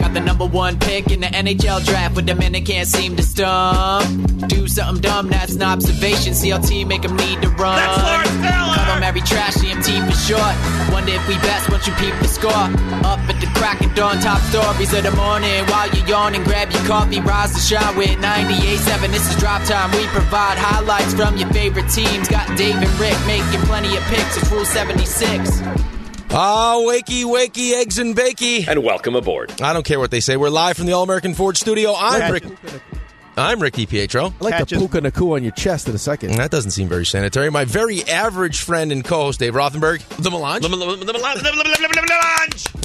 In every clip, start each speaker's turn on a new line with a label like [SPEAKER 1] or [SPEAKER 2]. [SPEAKER 1] Got the number one pick in the NHL draft, but the men they can't seem to stump. Do something dumb, that's an observation. CLT make them need to run. That's Lawrence Taylor! Cut 'em every trash, CMT for short. Wonder if we best once you peep the score. Up at the crack of dawn, top stories of the morning. While you're yawning, grab your coffee, rise to shine with 98.7. This is drop time. We provide highlights from your favorite teams. Got Dave and Rick making plenty of picks. It's Rule 76.
[SPEAKER 2] Ah, wakey, wakey, eggs and bakey.
[SPEAKER 3] and welcome aboard.
[SPEAKER 2] I don't care what they say. We're live from the All American Ford Studio. I'm Rick. I'm Ricky Pietro.
[SPEAKER 4] I like the puka naku on your chest in a second.
[SPEAKER 2] That doesn't seem very sanitary. My very average friend and co-host Dave Rothenberg, the Melange,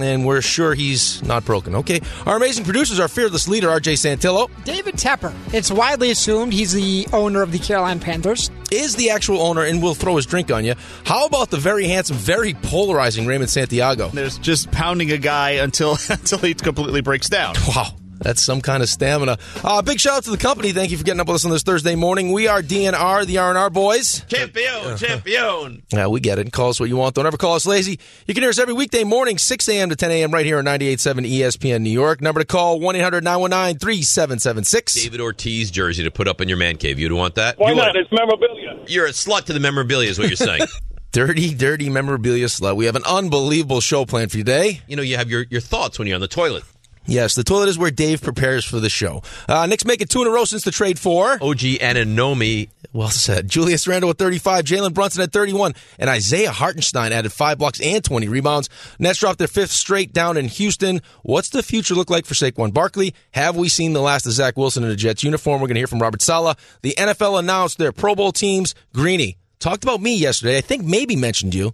[SPEAKER 2] and we're sure he's not broken. Okay, our amazing producers, our fearless leader R.J. Santillo,
[SPEAKER 5] David Tepper. It's widely assumed he's the owner of the Carolina Panthers.
[SPEAKER 2] is the actual owner, and will throw his drink on you. How about the very handsome, very polarizing Raymond Santiago?
[SPEAKER 6] There's just pounding a guy until until he completely breaks down.
[SPEAKER 2] Wow. That's some kind of stamina. Uh, big shout out to the company. Thank you for getting up with us on this Thursday morning. We are DNR, the R&R boys.
[SPEAKER 6] Champion, champion.
[SPEAKER 2] Yeah, we get it. Call us what you want. Don't ever call us lazy. You can hear us every weekday morning, 6 a.m. to 10 a.m. right here on 98.7 ESPN New York. Number to call, 1-800-919-3776.
[SPEAKER 3] David Ortiz jersey to put up in your man cave. You'd want that?
[SPEAKER 7] Why
[SPEAKER 3] you
[SPEAKER 7] not? It's memorabilia.
[SPEAKER 3] You're a slut to the memorabilia, is what you're saying.
[SPEAKER 2] Dirty, dirty memorabilia slut. We have an unbelievable show planned for you today.
[SPEAKER 3] you know, you have your, your thoughts when you're on the toilet.
[SPEAKER 2] Yes, the toilet is where Dave prepares for the show. Uh, Knicks make it two in a row since the trade for...
[SPEAKER 3] OG Ananomi.
[SPEAKER 2] Well said. Julius Randle at 35, Jalen Brunson at 31, and Isaiah Hartenstein added five blocks and 20 rebounds. Nets dropped their fifth straight down in Houston. What's the future look like for Saquon Barkley? Have we seen the last of Zach Wilson in a Jets uniform? We're going to hear from Robert Sala. The NFL announced their Pro Bowl teams. Greeny talked about me yesterday. I think maybe mentioned you.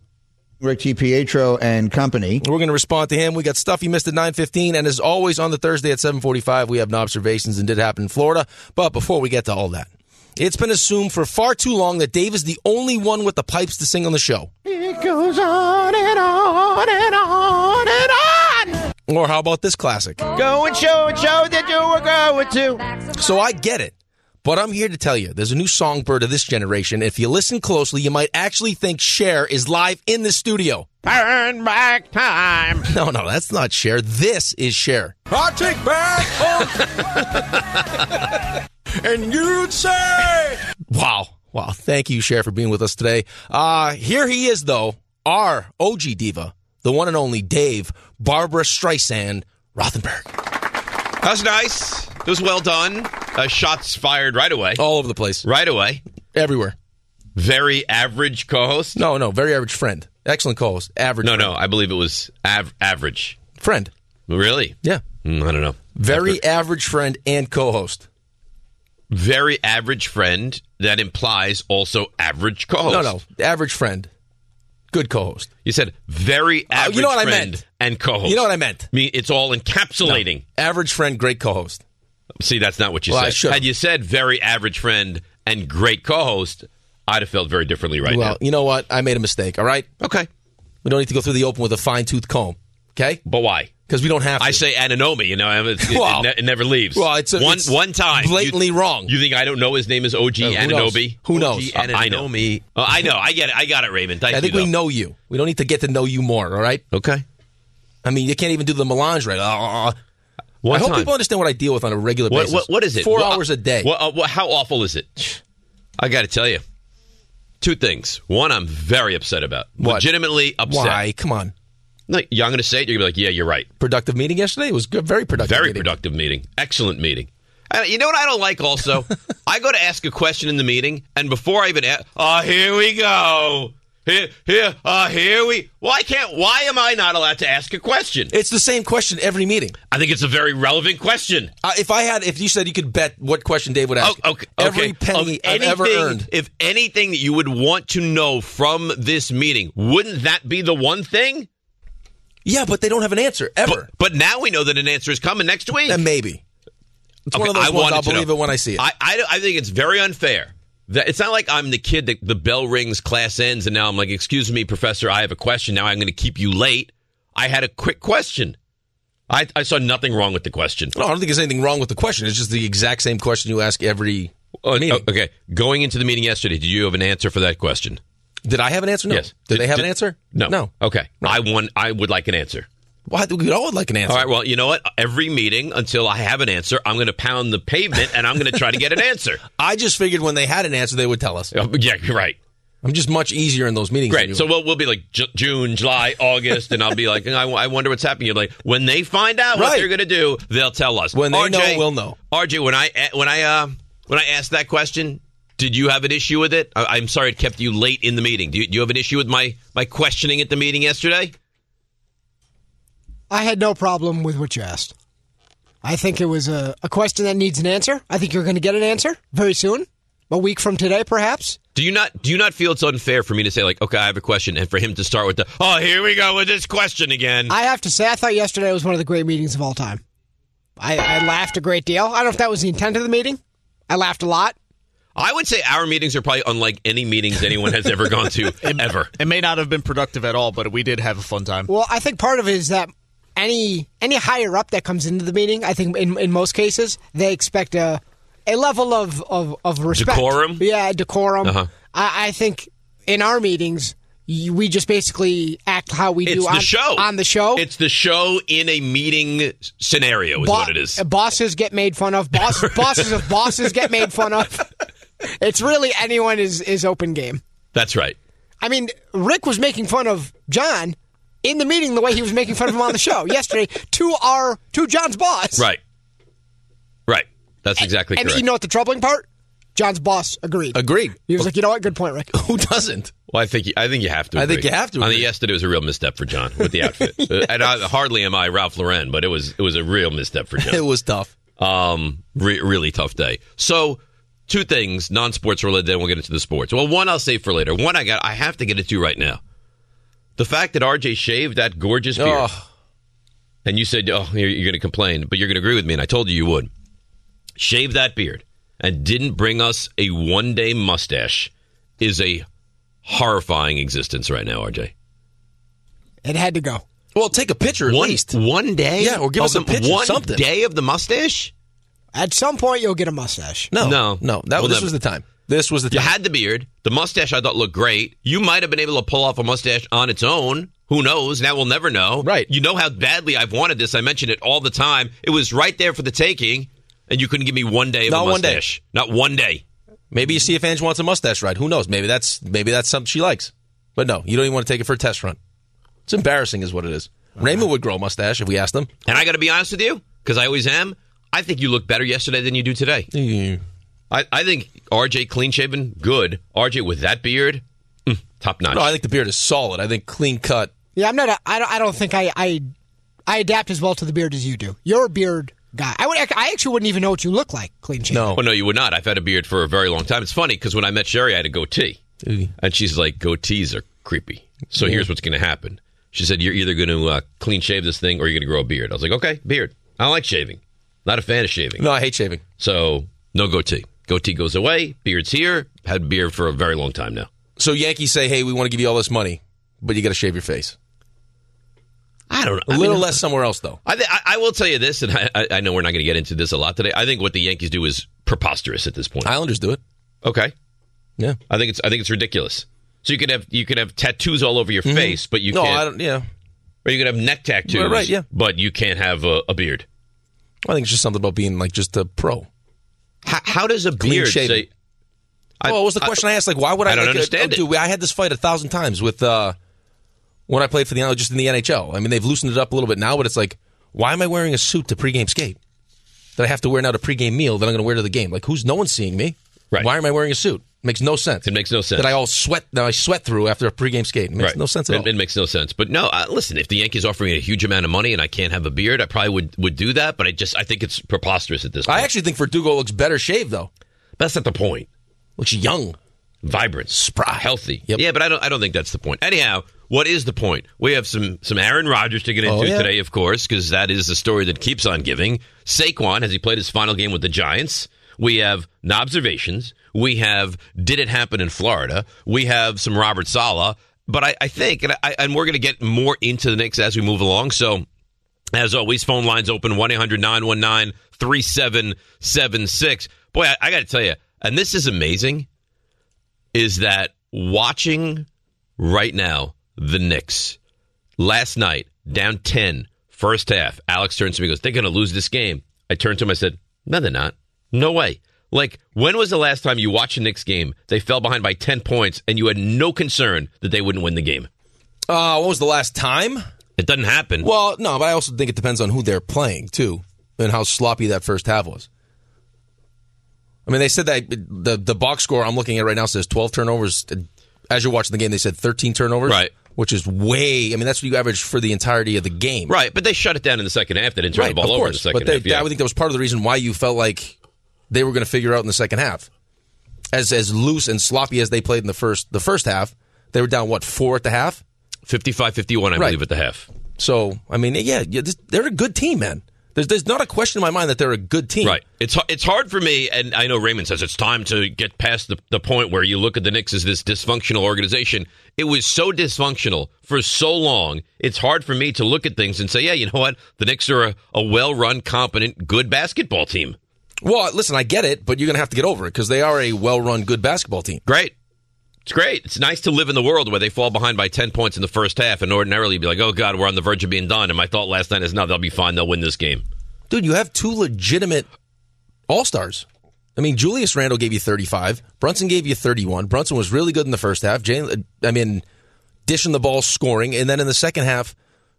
[SPEAKER 8] Rick T. Pietro and company.
[SPEAKER 2] We're going to respond to him. We got stuff he missed at 9:15, and as always on the Thursday at 7:45, we have no observations and did happen in Florida. But before we get to all that, it's been assumed for far too long that Dave is the only one with the pipes to sing on the show.
[SPEAKER 8] It goes on and on and on and on.
[SPEAKER 2] Or how about this classic?
[SPEAKER 8] Go and show and show that you were going to.
[SPEAKER 2] So I get it. But I'm here to tell you, there's a new songbird of this generation. If you listen closely, you might actually think Cher is live in the studio.
[SPEAKER 8] Turn back time.
[SPEAKER 2] No, no, that's not Cher. This is Cher.
[SPEAKER 4] I take back. and you'd say.
[SPEAKER 2] Wow. Wow. Thank you, Cher, for being with us today. Uh, here he is, though, our OG diva, the one and only Dave, Barbara Streisand Rothenberg.
[SPEAKER 3] That's nice. It was well done. Uh, shots fired right away.
[SPEAKER 2] All over the place,
[SPEAKER 3] Right away.
[SPEAKER 2] everywhere.
[SPEAKER 3] Very average co host.
[SPEAKER 2] No, no, very average friend. Excellent co host. Average
[SPEAKER 3] No, no, I believe it was av- average.
[SPEAKER 2] friend.
[SPEAKER 3] Really?
[SPEAKER 2] Yeah.
[SPEAKER 3] Mm, I don't know.
[SPEAKER 2] Very average friend and co host.
[SPEAKER 3] Very average friend. That implies also average co host.
[SPEAKER 2] No, no, average friend. Good co host.
[SPEAKER 3] You said very
[SPEAKER 2] Uh,
[SPEAKER 3] average
[SPEAKER 2] you know what I
[SPEAKER 3] friend
[SPEAKER 2] meant.
[SPEAKER 3] and co host.
[SPEAKER 2] You know what I meant.
[SPEAKER 3] I mean, it's all encapsulating.
[SPEAKER 2] Average friend, great co host.
[SPEAKER 3] See, that's not what you
[SPEAKER 2] Well, I
[SPEAKER 3] said.
[SPEAKER 2] should've.
[SPEAKER 3] Had you said very average friend and great co-host, I'd have felt very differently right
[SPEAKER 2] Well, you know what? I made a mistake, all right?
[SPEAKER 3] now. Okay,
[SPEAKER 2] We don't need to go through the open with a fine tooth comb, okay?
[SPEAKER 3] but why?
[SPEAKER 2] Because we don't have to.
[SPEAKER 3] I say anonymity, you know, I- it, it-
[SPEAKER 2] Well-
[SPEAKER 3] it, ne- it never leaves.
[SPEAKER 2] Well, it's a-
[SPEAKER 3] one
[SPEAKER 2] it's
[SPEAKER 3] one time You-
[SPEAKER 2] blatantly wrong.
[SPEAKER 3] You think I don't know his name is OG
[SPEAKER 2] Uh, who knows?
[SPEAKER 3] Ananobi?
[SPEAKER 2] Who knows?
[SPEAKER 3] OG I know me. Oh, I know. I get it. I got it, Raymond. Thank
[SPEAKER 2] I think
[SPEAKER 3] you.
[SPEAKER 2] we know you. We don't need to get to know you more, all right?
[SPEAKER 3] though. Okay.
[SPEAKER 2] I mean, you can't even do the melange right. Ah.
[SPEAKER 3] One
[SPEAKER 2] I hope
[SPEAKER 3] time.
[SPEAKER 2] people understand what I deal with on a regular
[SPEAKER 3] What,
[SPEAKER 2] basis.
[SPEAKER 3] what, what is it?
[SPEAKER 2] Four
[SPEAKER 3] Well,
[SPEAKER 2] hours a day.
[SPEAKER 3] Well, uh, well, how awful is it? I got to tell you, two things. One, I'm very upset about.
[SPEAKER 2] What?
[SPEAKER 3] Legitimately upset.
[SPEAKER 2] Why? Come on.
[SPEAKER 3] No, yeah, I'm going to say it. You're going to be like, yeah, you're right.
[SPEAKER 2] Productive meeting yesterday? It was good. Very productive.
[SPEAKER 3] Very
[SPEAKER 2] meeting.
[SPEAKER 3] productive meeting. Excellent meeting. And you know what I don't like also? I go to ask a question in the meeting, and before I even ask, oh, here we go. Here, here, oh, here we. Why can't, why am I not allowed to ask a question?
[SPEAKER 2] It's the same question every meeting.
[SPEAKER 3] I think it's a very relevant question.
[SPEAKER 2] Uh, if I had, if you said you could bet what question Dave would ask,
[SPEAKER 3] Oh, okay,
[SPEAKER 2] every
[SPEAKER 3] okay.
[SPEAKER 2] penny
[SPEAKER 3] Of
[SPEAKER 2] I've ever
[SPEAKER 3] anything-
[SPEAKER 2] earned.
[SPEAKER 3] If anything that you would want to know from this meeting, wouldn't that be the one thing?
[SPEAKER 2] Yeah, but they don't have an answer ever.
[SPEAKER 3] But, but now we know that an answer is coming next week.
[SPEAKER 2] Then maybe. It's one
[SPEAKER 3] Okay,
[SPEAKER 2] of those
[SPEAKER 3] I
[SPEAKER 2] ones
[SPEAKER 3] wanted
[SPEAKER 2] I'll
[SPEAKER 3] to
[SPEAKER 2] believe
[SPEAKER 3] know.
[SPEAKER 2] it when I see it.
[SPEAKER 3] I, I, I think it's very unfair That, it's not like I'm the kid that the bell rings, class ends, and now I'm like, excuse me, professor, I have a question. Now I'm going to keep you late. I had a quick question. I, I saw nothing wrong with the question.
[SPEAKER 2] No, I don't think there's anything wrong with the question. It's just the exact same question you ask every
[SPEAKER 3] Oh,
[SPEAKER 2] meeting.
[SPEAKER 3] okay. Going into the meeting yesterday, did you have an answer for that question?
[SPEAKER 2] Did I have an answer? No.
[SPEAKER 3] Yes.
[SPEAKER 2] Did, they have an answer?
[SPEAKER 3] No.
[SPEAKER 2] No.
[SPEAKER 3] Okay. I want. I would like an answer.
[SPEAKER 2] Well, I think we all would like an answer.
[SPEAKER 3] All right. Well, you know what? Every meeting until I have an answer, I'm going to pound the pavement and I'm going to try to get an answer.
[SPEAKER 2] I just figured when they had an answer, they would tell us.
[SPEAKER 3] Uh, Yeah. you're Right.
[SPEAKER 2] I'm just much easier in those meetings. than you
[SPEAKER 3] Great. So
[SPEAKER 2] are.
[SPEAKER 3] we'll, we'll be like J- June, July, August, and I'll be like, I, I wonder what's happening. You're like, when they find out what
[SPEAKER 2] Right.
[SPEAKER 3] they're going to do, they'll tell us.
[SPEAKER 2] When they
[SPEAKER 3] RJ,
[SPEAKER 2] know, we'll know.
[SPEAKER 3] RJ, when I when I uh, when I asked that question, did you have an issue with it? I, I'm sorry it kept you late in the meeting. Do you, do you have an issue with my my questioning at the meeting yesterday?
[SPEAKER 5] I had no problem with what you asked. I think it was a, a question that needs an answer. I think you're going to get an answer very soon, a week from today, perhaps.
[SPEAKER 3] Do you not do you not feel it's unfair for me to say like, okay, I have a question, and for him to start with the, oh, here we go with this question again?
[SPEAKER 5] I have to say, I thought yesterday was one of the great meetings of all time. I, I laughed a great deal. I don't know if that was the intent of the meeting. I laughed a lot.
[SPEAKER 3] I would say our meetings are probably unlike any meetings anyone has ever gone to ever.
[SPEAKER 6] It may not have been productive at all, but we did have a fun time.
[SPEAKER 5] Well, I think part of it is that any any higher up that comes into the meeting, I think in, in most cases, they expect a a level of of, of respect,
[SPEAKER 3] Decorum? Uh-huh.
[SPEAKER 5] Yeah, decorum. I, I think in our meetings, you, we just basically act how we do
[SPEAKER 3] It's
[SPEAKER 5] on
[SPEAKER 3] the show.
[SPEAKER 5] on the show.
[SPEAKER 3] It's the show in a meeting scenario, is
[SPEAKER 5] Bo-
[SPEAKER 3] what it is.
[SPEAKER 5] Bosses get made fun of. Boss, bosses of bosses get made fun of. It's really anyone is is open game.
[SPEAKER 3] That's right.
[SPEAKER 5] I mean, Rick was making fun of John in the meeting the way he was making fun of him on the show yesterday to our to John's boss.
[SPEAKER 3] Right. Right. That's exactly
[SPEAKER 5] And
[SPEAKER 3] correct.
[SPEAKER 5] you know what the troubling part? John's boss agreed.
[SPEAKER 2] Agreed.
[SPEAKER 5] He was like, you know what? Good point, Rick.
[SPEAKER 2] Who doesn't?
[SPEAKER 3] well, I think you, I think you have to.
[SPEAKER 2] I
[SPEAKER 3] agree.
[SPEAKER 2] think you have to
[SPEAKER 3] I think
[SPEAKER 2] agree.
[SPEAKER 3] yesterday was a real misstep for John with the outfit, Uh, and I, hardly am I Ralph Lauren, but it was it was a real misstep for
[SPEAKER 2] It
[SPEAKER 3] John.
[SPEAKER 2] was tough.
[SPEAKER 3] Um, re- really tough day. So, two things non-sports related. Then we'll get into the sports. Well, one I'll save for later. One I got I have to get into right now. The fact that RJ shaved that gorgeous beard.
[SPEAKER 2] Oh,
[SPEAKER 3] and you said, "Oh, you're, you're going to complain, but you're going to agree with me," and I told you you would. Shave that beard and didn't bring us a one-day mustache is a horrifying existence right now, RJ.
[SPEAKER 5] It had to go.
[SPEAKER 2] well, take a picture at
[SPEAKER 3] One
[SPEAKER 2] least.
[SPEAKER 3] one day,
[SPEAKER 2] Yeah, or give
[SPEAKER 3] of
[SPEAKER 2] us a
[SPEAKER 3] the-
[SPEAKER 2] picture,
[SPEAKER 3] One
[SPEAKER 2] something.
[SPEAKER 3] day of the mustache.
[SPEAKER 5] At some point, you'll get a mustache.
[SPEAKER 2] No,
[SPEAKER 3] No.
[SPEAKER 2] no. That
[SPEAKER 3] We'll
[SPEAKER 2] this
[SPEAKER 3] never-
[SPEAKER 2] was the time. This was the
[SPEAKER 3] You
[SPEAKER 2] time.
[SPEAKER 3] had the beard. The mustache I thought looked great. You might have been able to pull off a mustache on its own. Who knows? Now we'll never know.
[SPEAKER 2] Right.
[SPEAKER 3] You know how badly I've wanted this. I mentioned it all the time. It was right there for the taking, and you couldn't give me one day of
[SPEAKER 2] Not
[SPEAKER 3] a
[SPEAKER 2] one day.
[SPEAKER 3] mustache. Not one day.
[SPEAKER 2] maybe you see if Ange wants a mustache ride. Who knows? Maybe that's maybe that's something she likes. But no, you don't even want to take it for a test run. It's embarrassing, is what it is. Raymond would grow a mustache if we asked him.
[SPEAKER 3] And I got to be honest with you, because I always am. I think you look better yesterday than you do today. I, I think RJ clean shaven, good. RJ with that beard, mm, top notch.
[SPEAKER 2] No, I think the beard is solid. I think clean cut.
[SPEAKER 5] Yeah, I'm not. A, I don't. I don't think I, I. I adapt as well to the beard as you do. You're a beard guy. I would. I actually wouldn't even know what you look like. Clean shaven.
[SPEAKER 2] No,
[SPEAKER 3] oh no, you would not. I've had a beard for a very long time. It's funny because when I met Sherry, I had a goatee, and she's like, "Goatees are creepy." So here's what's going to happen. She said, "You're either going to uh, clean shave this thing, or you're going to grow a beard." I was like, "Okay, beard. I don't like shaving. Not a fan of shaving."
[SPEAKER 2] no, I hate shaving.
[SPEAKER 3] So no goatee. Goatee goes away. Beard's here. Had beard for a very long time now.
[SPEAKER 2] So Yankees say, "Hey, we want to give you all this money, but you got to shave your face."
[SPEAKER 3] I don't know.
[SPEAKER 2] A little less somewhere else, though.
[SPEAKER 3] I, th- I I will tell you this, and I, I- I know we're not going to get into this a lot today. I think what the Yankees do is preposterous at this point.
[SPEAKER 2] Islanders do it.
[SPEAKER 3] okay,
[SPEAKER 2] Yeah.
[SPEAKER 3] I think it's I think it's ridiculous. So you could have you could have tattoos all over your face, but you
[SPEAKER 2] Mm-hmm. no,
[SPEAKER 3] can't.
[SPEAKER 2] I don't. Yeah,
[SPEAKER 3] Or you could have neck tattoos,
[SPEAKER 2] Right, right, yeah.
[SPEAKER 3] But you can't have a, a beard.
[SPEAKER 2] I think it's just something about being like just a pro.
[SPEAKER 3] How, how does a beard
[SPEAKER 2] shaven.
[SPEAKER 3] say? I-
[SPEAKER 2] oh, what was the
[SPEAKER 3] I-
[SPEAKER 2] question I, asked? Like, why would I?
[SPEAKER 3] I don't
[SPEAKER 2] like, uh,
[SPEAKER 3] understand
[SPEAKER 2] oh,
[SPEAKER 3] it.
[SPEAKER 2] Dude, I had this fight a thousand times with uh, when I played for the Islanders, just in the NHL. I mean, they've loosened it up a little bit now, but it's like, why am I wearing a suit to pregame skate that I have to wear now to pregame meal that I'm going to wear to the game? Like, who's no one's seeing me?
[SPEAKER 3] Right.
[SPEAKER 2] Why am I wearing a suit? Makes no sense.
[SPEAKER 3] It makes no sense.
[SPEAKER 2] that I all sweat that I sweat through after a pregame skate. It makes no sense at
[SPEAKER 3] it,
[SPEAKER 2] all.
[SPEAKER 3] It makes no sense. But no, uh, listen. If the Yankees offer me a huge amount of money and I can't have a beard, I probably would would do that. But I just I think it's preposterous at this point.
[SPEAKER 2] I actually think Verdugo looks better shaved though.
[SPEAKER 3] That's not the point.
[SPEAKER 2] Looks young.
[SPEAKER 3] vibrant, spry, healthy.
[SPEAKER 2] Yep.
[SPEAKER 3] Yeah, but I don't. I don't think that's the point. Anyhow, what is the point? We have some some Aaron Rodgers to get into
[SPEAKER 2] Oh, yeah.
[SPEAKER 3] today, of course, because that is the story that keeps on giving. Saquon has he played his final game with the Giants. We have observations. We have Did It Happen in Florida? We have some Robert Sala. But I, I think, and, I, and we're going to get more into the Knicks as we move along. So, as always, phone lines open 1 800 919 3776. Boy, I, I got to tell you, and this is amazing, is that watching right now the Knicks last night, down 10, first half, Alex turns to me and goes, They're going to lose this game. I turned to him, I said, No, they're not. No way. Like, when was the last time you watched a Knicks game? They fell behind by 10 points and you had no concern that they wouldn't win the game.
[SPEAKER 2] Uh, what was the last time?
[SPEAKER 3] It doesn't happen.
[SPEAKER 2] Well, no, but I also think it depends on who they're playing too, and how sloppy that first half was. I mean, they said that the the box score I'm looking at right now says 12 turnovers. As you're watching the game, they said 13 turnovers,
[SPEAKER 3] Right.
[SPEAKER 2] Which is way. I mean, that's what you average for the entirety of the game,
[SPEAKER 3] Right, but they shut it down in the second half. They didn't turn the
[SPEAKER 2] Right,
[SPEAKER 3] ball
[SPEAKER 2] of
[SPEAKER 3] over in
[SPEAKER 2] course.
[SPEAKER 3] the second
[SPEAKER 2] but they,
[SPEAKER 3] half. Yeah.
[SPEAKER 2] I would think that was part of the reason why you felt like they were going to figure out in the second half. As as loose and sloppy as they played in the first the first half, they were down what four at the half.
[SPEAKER 3] 55 51, I
[SPEAKER 2] Right.
[SPEAKER 3] believe, at the half.
[SPEAKER 2] So I mean, yeah, yeah this, they're a good team, man. There's there's not a question in my mind that they're a good team.
[SPEAKER 3] Right. It's har- it's hard for me, and I know Raymond says it's time to get past the, the point where you look at the Knicks as this dysfunctional organization. It was so dysfunctional for so long. It's hard for me to look at things and say, yeah, you know what? The Knicks are a, a well run, competent, good basketball team.
[SPEAKER 2] Well, listen, I get it, but you're going to have to get over it because they are a well run, good basketball team.
[SPEAKER 3] Great. It's great. It's nice to live in the world where they fall behind by 10 points in the first half, and ordinarily you'd be like, oh, God, we're on the verge of being done. And my thought last night is, no, they'll be fine. They'll win this game.
[SPEAKER 2] Dude, you have two legitimate all stars. I mean, Julius Randle gave you 35. Brunson gave you 31. Brunson was really good in the first half. Jalen, I mean, dishing the ball, scoring, and then in the second half,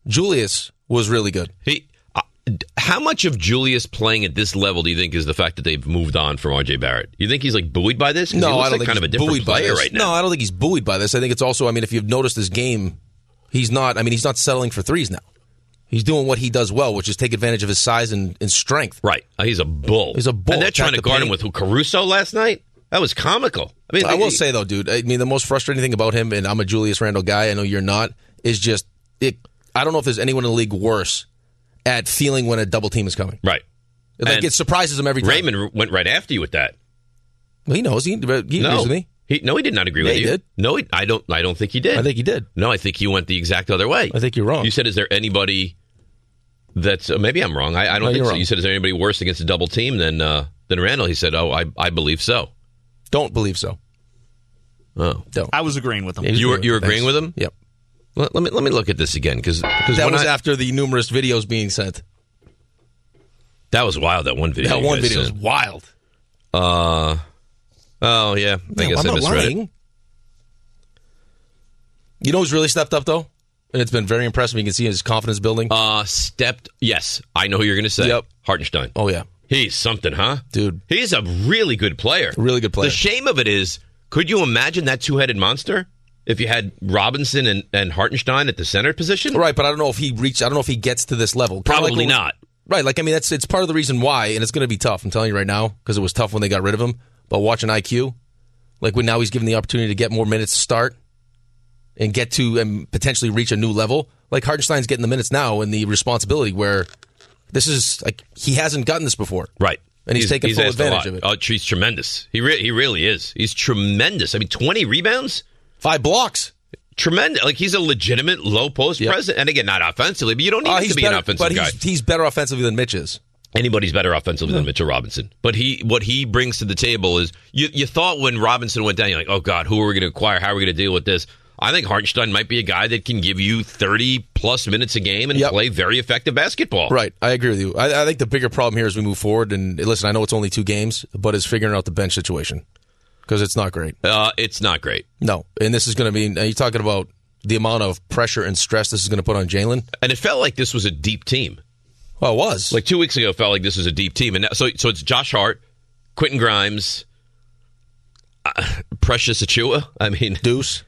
[SPEAKER 2] Julius was really good.
[SPEAKER 3] He, uh, d- how much of Julius playing at this level do you think is the fact that they've moved on from RJ Barrett? You think he's like buoyed by this? 'Cause he
[SPEAKER 2] No,
[SPEAKER 3] looks
[SPEAKER 2] I don't
[SPEAKER 3] like
[SPEAKER 2] think he's
[SPEAKER 3] kind of a different
[SPEAKER 2] buoyed by
[SPEAKER 3] player
[SPEAKER 2] this.
[SPEAKER 3] right
[SPEAKER 2] No,
[SPEAKER 3] now.
[SPEAKER 2] I don't think he's buoyed by this. I think it's also, I mean, if you've noticed this game, he's not. I mean, he's not settling for threes now. He's doing what he does well, which is take advantage of his size and, and strength.
[SPEAKER 3] Right, Uh, he's a bull.
[SPEAKER 2] He's a bull.
[SPEAKER 3] And they're
[SPEAKER 2] Attack
[SPEAKER 3] trying to
[SPEAKER 2] the
[SPEAKER 3] guard him
[SPEAKER 2] paint.
[SPEAKER 3] with who, Caruso last night. That was comical. I mean,
[SPEAKER 2] I
[SPEAKER 3] they-
[SPEAKER 2] will say though, dude. I mean, the most frustrating thing about him, and I'm a Julius Randle guy. I know you're not. Is just it. I don't know if there's anyone in the league worse at feeling when a double team is coming.
[SPEAKER 3] right.
[SPEAKER 2] Like
[SPEAKER 3] And
[SPEAKER 2] it surprises him every time.
[SPEAKER 3] Raymond r- went right after you with that.
[SPEAKER 2] Well, he knows. He, he agrees
[SPEAKER 3] no,
[SPEAKER 2] with me.
[SPEAKER 3] He, no, he did not agree
[SPEAKER 2] Yeah,
[SPEAKER 3] with
[SPEAKER 2] he
[SPEAKER 3] you.
[SPEAKER 2] did.
[SPEAKER 3] No, he, I don't. I don't think he did.
[SPEAKER 2] I think he did.
[SPEAKER 3] No, I think he went the exact other way.
[SPEAKER 2] I think you're wrong.
[SPEAKER 3] You said, "Is there anybody that's uh, maybe I'm wrong? I, I don't
[SPEAKER 2] No,
[SPEAKER 3] think
[SPEAKER 2] you're
[SPEAKER 3] so."
[SPEAKER 2] wrong.
[SPEAKER 3] You said, "Is there anybody worse against a double team than uh, than Randall?" He said, "Oh, I I believe so."
[SPEAKER 2] Don't believe so.
[SPEAKER 3] Oh,
[SPEAKER 2] Don't.
[SPEAKER 6] I was agreeing with him.
[SPEAKER 2] Yeah, he was
[SPEAKER 3] You were-
[SPEAKER 2] good.
[SPEAKER 3] you were agreeing with him?
[SPEAKER 2] Yep.
[SPEAKER 3] let, let me let me look at this again because
[SPEAKER 2] That was after the numerous videos being sent.
[SPEAKER 3] that was wild. That one video.
[SPEAKER 2] That
[SPEAKER 3] you
[SPEAKER 2] one
[SPEAKER 3] guys
[SPEAKER 2] video is
[SPEAKER 3] sent.
[SPEAKER 2] wild.
[SPEAKER 3] Uh, oh yeah. I
[SPEAKER 2] No,
[SPEAKER 3] guess
[SPEAKER 2] I'm
[SPEAKER 3] I
[SPEAKER 2] not
[SPEAKER 3] misread
[SPEAKER 2] lying.
[SPEAKER 3] it.
[SPEAKER 2] You know who's really stepped up though, and it's been very impressive. You can see his confidence building.
[SPEAKER 3] Uh, stepped. Yes, I know who you're going to say.
[SPEAKER 2] Yep.
[SPEAKER 3] Hartenstein.
[SPEAKER 2] oh yeah,
[SPEAKER 3] He's something, huh?
[SPEAKER 2] Dude.
[SPEAKER 3] He's a really good player.
[SPEAKER 2] really good player.
[SPEAKER 3] The shame of it is, could you imagine that two headed monster if you had Robinson and, and Hartenstein at the center position?
[SPEAKER 2] Right, but I don't know if he reached. I don't know if he gets to this level. Kinda
[SPEAKER 3] Probably
[SPEAKER 2] like what-
[SPEAKER 3] not.
[SPEAKER 2] Right, like I mean, that's it's part of the reason why, and it's going to be tough. I'm telling you right now because it was tough when they got rid of him. But watching IQ, like when now he's given the opportunity to get more minutes to start and get to and potentially reach a new level. Like Hardenstein's getting the minutes now and the responsibility where this is like he hasn't gotten this before.
[SPEAKER 3] Right.
[SPEAKER 2] and he's, taking full
[SPEAKER 3] asked a
[SPEAKER 2] advantage
[SPEAKER 3] lot.
[SPEAKER 2] of it.
[SPEAKER 3] Oh, he's tremendous. He, re- he really is. He's tremendous. I mean, 20 rebounds?
[SPEAKER 2] Five blocks.
[SPEAKER 3] Tremendous. Like, he's a legitimate low post
[SPEAKER 2] Yep.
[SPEAKER 3] presence. And again, not offensively, but you don't need
[SPEAKER 2] Uh,
[SPEAKER 3] him
[SPEAKER 2] he's
[SPEAKER 3] to be
[SPEAKER 2] better,
[SPEAKER 3] an offensive
[SPEAKER 2] but
[SPEAKER 3] guy.
[SPEAKER 2] he's, he's better offensively than Mitch is. Hmm.
[SPEAKER 3] anybody's better offensively than Mitchell Robinson. But he, what he brings to the table is you. You thought when Robinson went down, you're like, oh god, who are we going to acquire? How are we going to deal with this? I think Hartenstein might be a guy that can give you 30 plus minutes a game and
[SPEAKER 2] Yep.
[SPEAKER 3] play very effective basketball.
[SPEAKER 2] Right, I agree with you. I, I think the bigger problem here as we move forward, and listen, I know it's only two games, but is figuring out the bench situation because it's not great.
[SPEAKER 3] Uh, it's not great.
[SPEAKER 2] No, and this is going to mean are you talking about the amount of pressure and stress this is going to put on Jalen?
[SPEAKER 3] And it felt like this was a deep team.
[SPEAKER 2] Well, it was
[SPEAKER 3] Like two weeks ago, it felt like this was a deep team. And now, so, so it's Josh Hart, Quentin Grimes, uh, Precious Achua. I mean,
[SPEAKER 2] Deuce.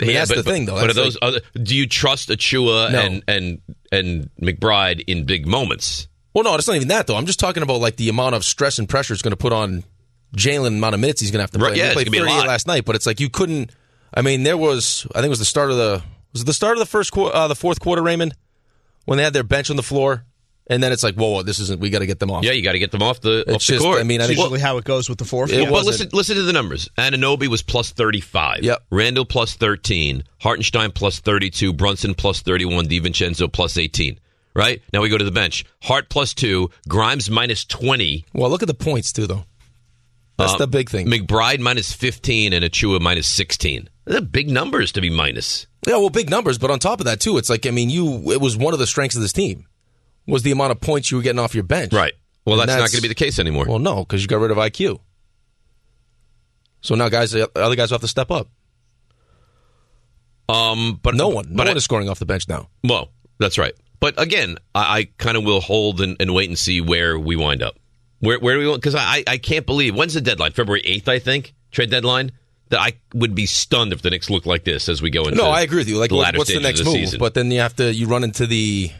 [SPEAKER 2] I mean, that's
[SPEAKER 3] but,
[SPEAKER 2] the
[SPEAKER 3] but-
[SPEAKER 2] thing, though.
[SPEAKER 3] But are
[SPEAKER 2] That's
[SPEAKER 3] those
[SPEAKER 2] like-
[SPEAKER 3] other? Do you trust Achua
[SPEAKER 2] No.
[SPEAKER 3] and and and McBride in big moments?
[SPEAKER 2] well, no, it's not even that though. I'm just talking about like the amount of stress and pressure it's going to put on Jalen. the Amount of minutes he's going to have to play.
[SPEAKER 3] Right, yeah,
[SPEAKER 2] he
[SPEAKER 3] it's
[SPEAKER 2] played
[SPEAKER 3] gonna be a
[SPEAKER 2] 38
[SPEAKER 3] lot.
[SPEAKER 2] last night, but it's like you couldn't. I mean, there was I think it was the start of the was it the start of the first quarter, uh, the fourth quarter, Raymond, when they had their bench on the floor and then it's like, whoa, whoa this isn't. We got to get them off.
[SPEAKER 3] Yeah, you got to get them off the off
[SPEAKER 2] It's
[SPEAKER 3] the
[SPEAKER 2] just-
[SPEAKER 3] court.
[SPEAKER 2] I mean, I
[SPEAKER 6] That's
[SPEAKER 2] think
[SPEAKER 6] usually how it goes with the fourth.
[SPEAKER 2] It
[SPEAKER 3] Well, but
[SPEAKER 2] wasn't-
[SPEAKER 3] listen, listen to the numbers. Ananobi was plus 35.
[SPEAKER 2] Yep.
[SPEAKER 3] Randall plus 13. Hartenstein plus 32. Brunson plus 31. DiVincenzo plus 18. Right? Now we go to the bench. Hart plus 2. Grimes minus 20.
[SPEAKER 2] Well, look at the points too, though. That's
[SPEAKER 3] Uh,
[SPEAKER 2] the big thing.
[SPEAKER 3] McBride minus 15 and Achua minus 16. Those are big numbers to be minus.
[SPEAKER 2] Yeah, well, big numbers, but on top of that too, it's like I mean, you it was one of the strengths of this team was the amount of points you were getting off your bench.
[SPEAKER 3] Well,
[SPEAKER 2] And
[SPEAKER 3] that's, not going to be the case anymore.
[SPEAKER 2] Well, no, because you got rid of IQ. So now, guys, the other guys have to step up.
[SPEAKER 3] um, but
[SPEAKER 2] No one, no
[SPEAKER 3] but
[SPEAKER 2] one
[SPEAKER 3] I-
[SPEAKER 2] is scoring off the bench now.
[SPEAKER 3] Well, that's right. But again, I, I kind of will hold and, and wait and see where we wind up. Where where do we want? Because I I can't believe when's the deadline? February eighth, I think trade deadline. That I would be stunned if the Knicks look like this as we go into.
[SPEAKER 2] No, I agree with you. Like,
[SPEAKER 3] the
[SPEAKER 2] what-
[SPEAKER 3] latter
[SPEAKER 2] what's the
[SPEAKER 3] stages
[SPEAKER 2] next
[SPEAKER 3] of
[SPEAKER 2] move?
[SPEAKER 3] season.
[SPEAKER 2] But then you have to you run into the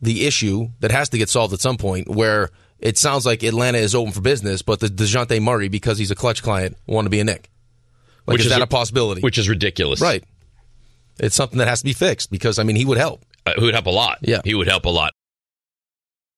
[SPEAKER 2] the issue that has to get solved at some point, where it sounds like Atlanta is open for business, but the Dejounte Murray, because he's a clutch client, want to be a Nick. Like,
[SPEAKER 3] Which
[SPEAKER 2] is,
[SPEAKER 3] is
[SPEAKER 2] that
[SPEAKER 3] a-
[SPEAKER 2] a possibility?
[SPEAKER 3] which is ridiculous,
[SPEAKER 2] right. It's something that has to be fixed because I mean he would help.
[SPEAKER 3] Uh, he would help a lot.
[SPEAKER 2] Yeah.
[SPEAKER 3] he would help a lot.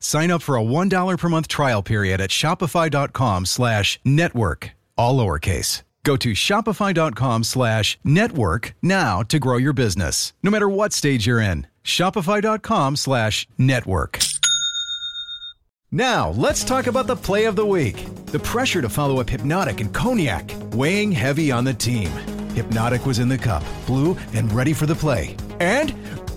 [SPEAKER 7] Sign up for a $1 per month trial period at Shopify.com slash network. All lowercase. Go to Shopify.com slash network now to grow your business. No matter what stage you're in. Shopify.com slash network. Now, let's talk about the play of the week. The pressure to follow up Hypnotic and Cognac, weighing heavy on the team. Hypnotic was in the cup, blue, and ready for the play. And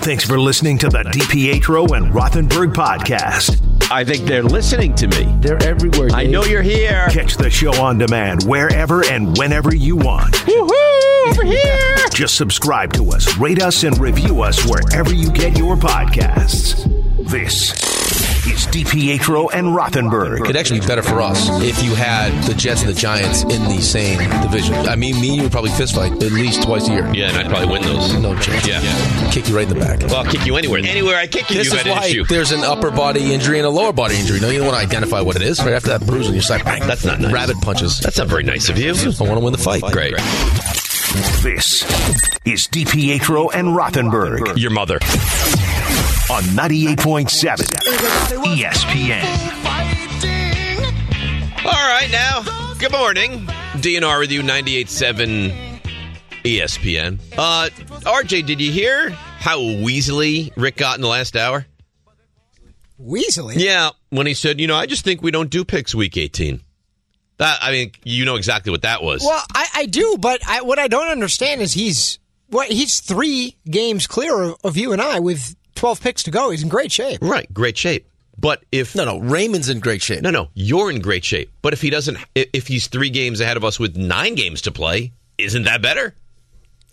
[SPEAKER 9] Thanks for listening to the DPetro and Rothenberg podcast.
[SPEAKER 8] I think they're listening to me.
[SPEAKER 4] They're everywhere. Dave.
[SPEAKER 8] you're here.
[SPEAKER 9] Catch the show on demand wherever and whenever you want.
[SPEAKER 8] Woohoo! Over here.
[SPEAKER 9] Just subscribe to us, rate us, and review us wherever you get your podcasts. This is DiPietro and Rothenberg.
[SPEAKER 2] It'd actually be better for us if you had the Jets and the Giants in the same division. I mean, me and you would probably fistfight at least twice a year.
[SPEAKER 3] Yeah, and I'd probably win those.
[SPEAKER 2] No chance.
[SPEAKER 3] Yeah. yeah.
[SPEAKER 2] Kick you right in the back.
[SPEAKER 3] Well, I'll kick you anywhere. Anywhere I kick you,
[SPEAKER 2] this
[SPEAKER 3] you
[SPEAKER 2] is
[SPEAKER 3] got an
[SPEAKER 2] why
[SPEAKER 3] issue.
[SPEAKER 2] there's an upper body injury and a lower body injury. No, you don't want to identify what it is. Right after that bruise on your side, bang.
[SPEAKER 3] That's not nice.
[SPEAKER 2] Rabbit punches.
[SPEAKER 3] That's not very nice of you.
[SPEAKER 2] I want to win the fight.
[SPEAKER 3] Great.
[SPEAKER 9] This is DiPietro and Rothenberg
[SPEAKER 3] Your mother.
[SPEAKER 9] on 98.7 E ESPN.
[SPEAKER 3] All right, now, good morning. DNR with you, 98.7 E ESPN. Uh, RJ, did you hear how Weasley Rick got in the last hour?
[SPEAKER 5] Weasley.
[SPEAKER 3] Yeah, when he said, you know, I just think we don't do picks week 18. That, I mean, you know exactly what that was.
[SPEAKER 5] Well, I, I do, but I, what I don't understand is he's what he's three games clear of, of you and I with twelve picks to go. He's in great shape.
[SPEAKER 3] Right, great shape. But if,
[SPEAKER 2] No, no. Raymond's in great shape.
[SPEAKER 3] no, no, you're in great shape. But if he doesn't, i- if he's three games ahead of us with nine games to play, isn't that better?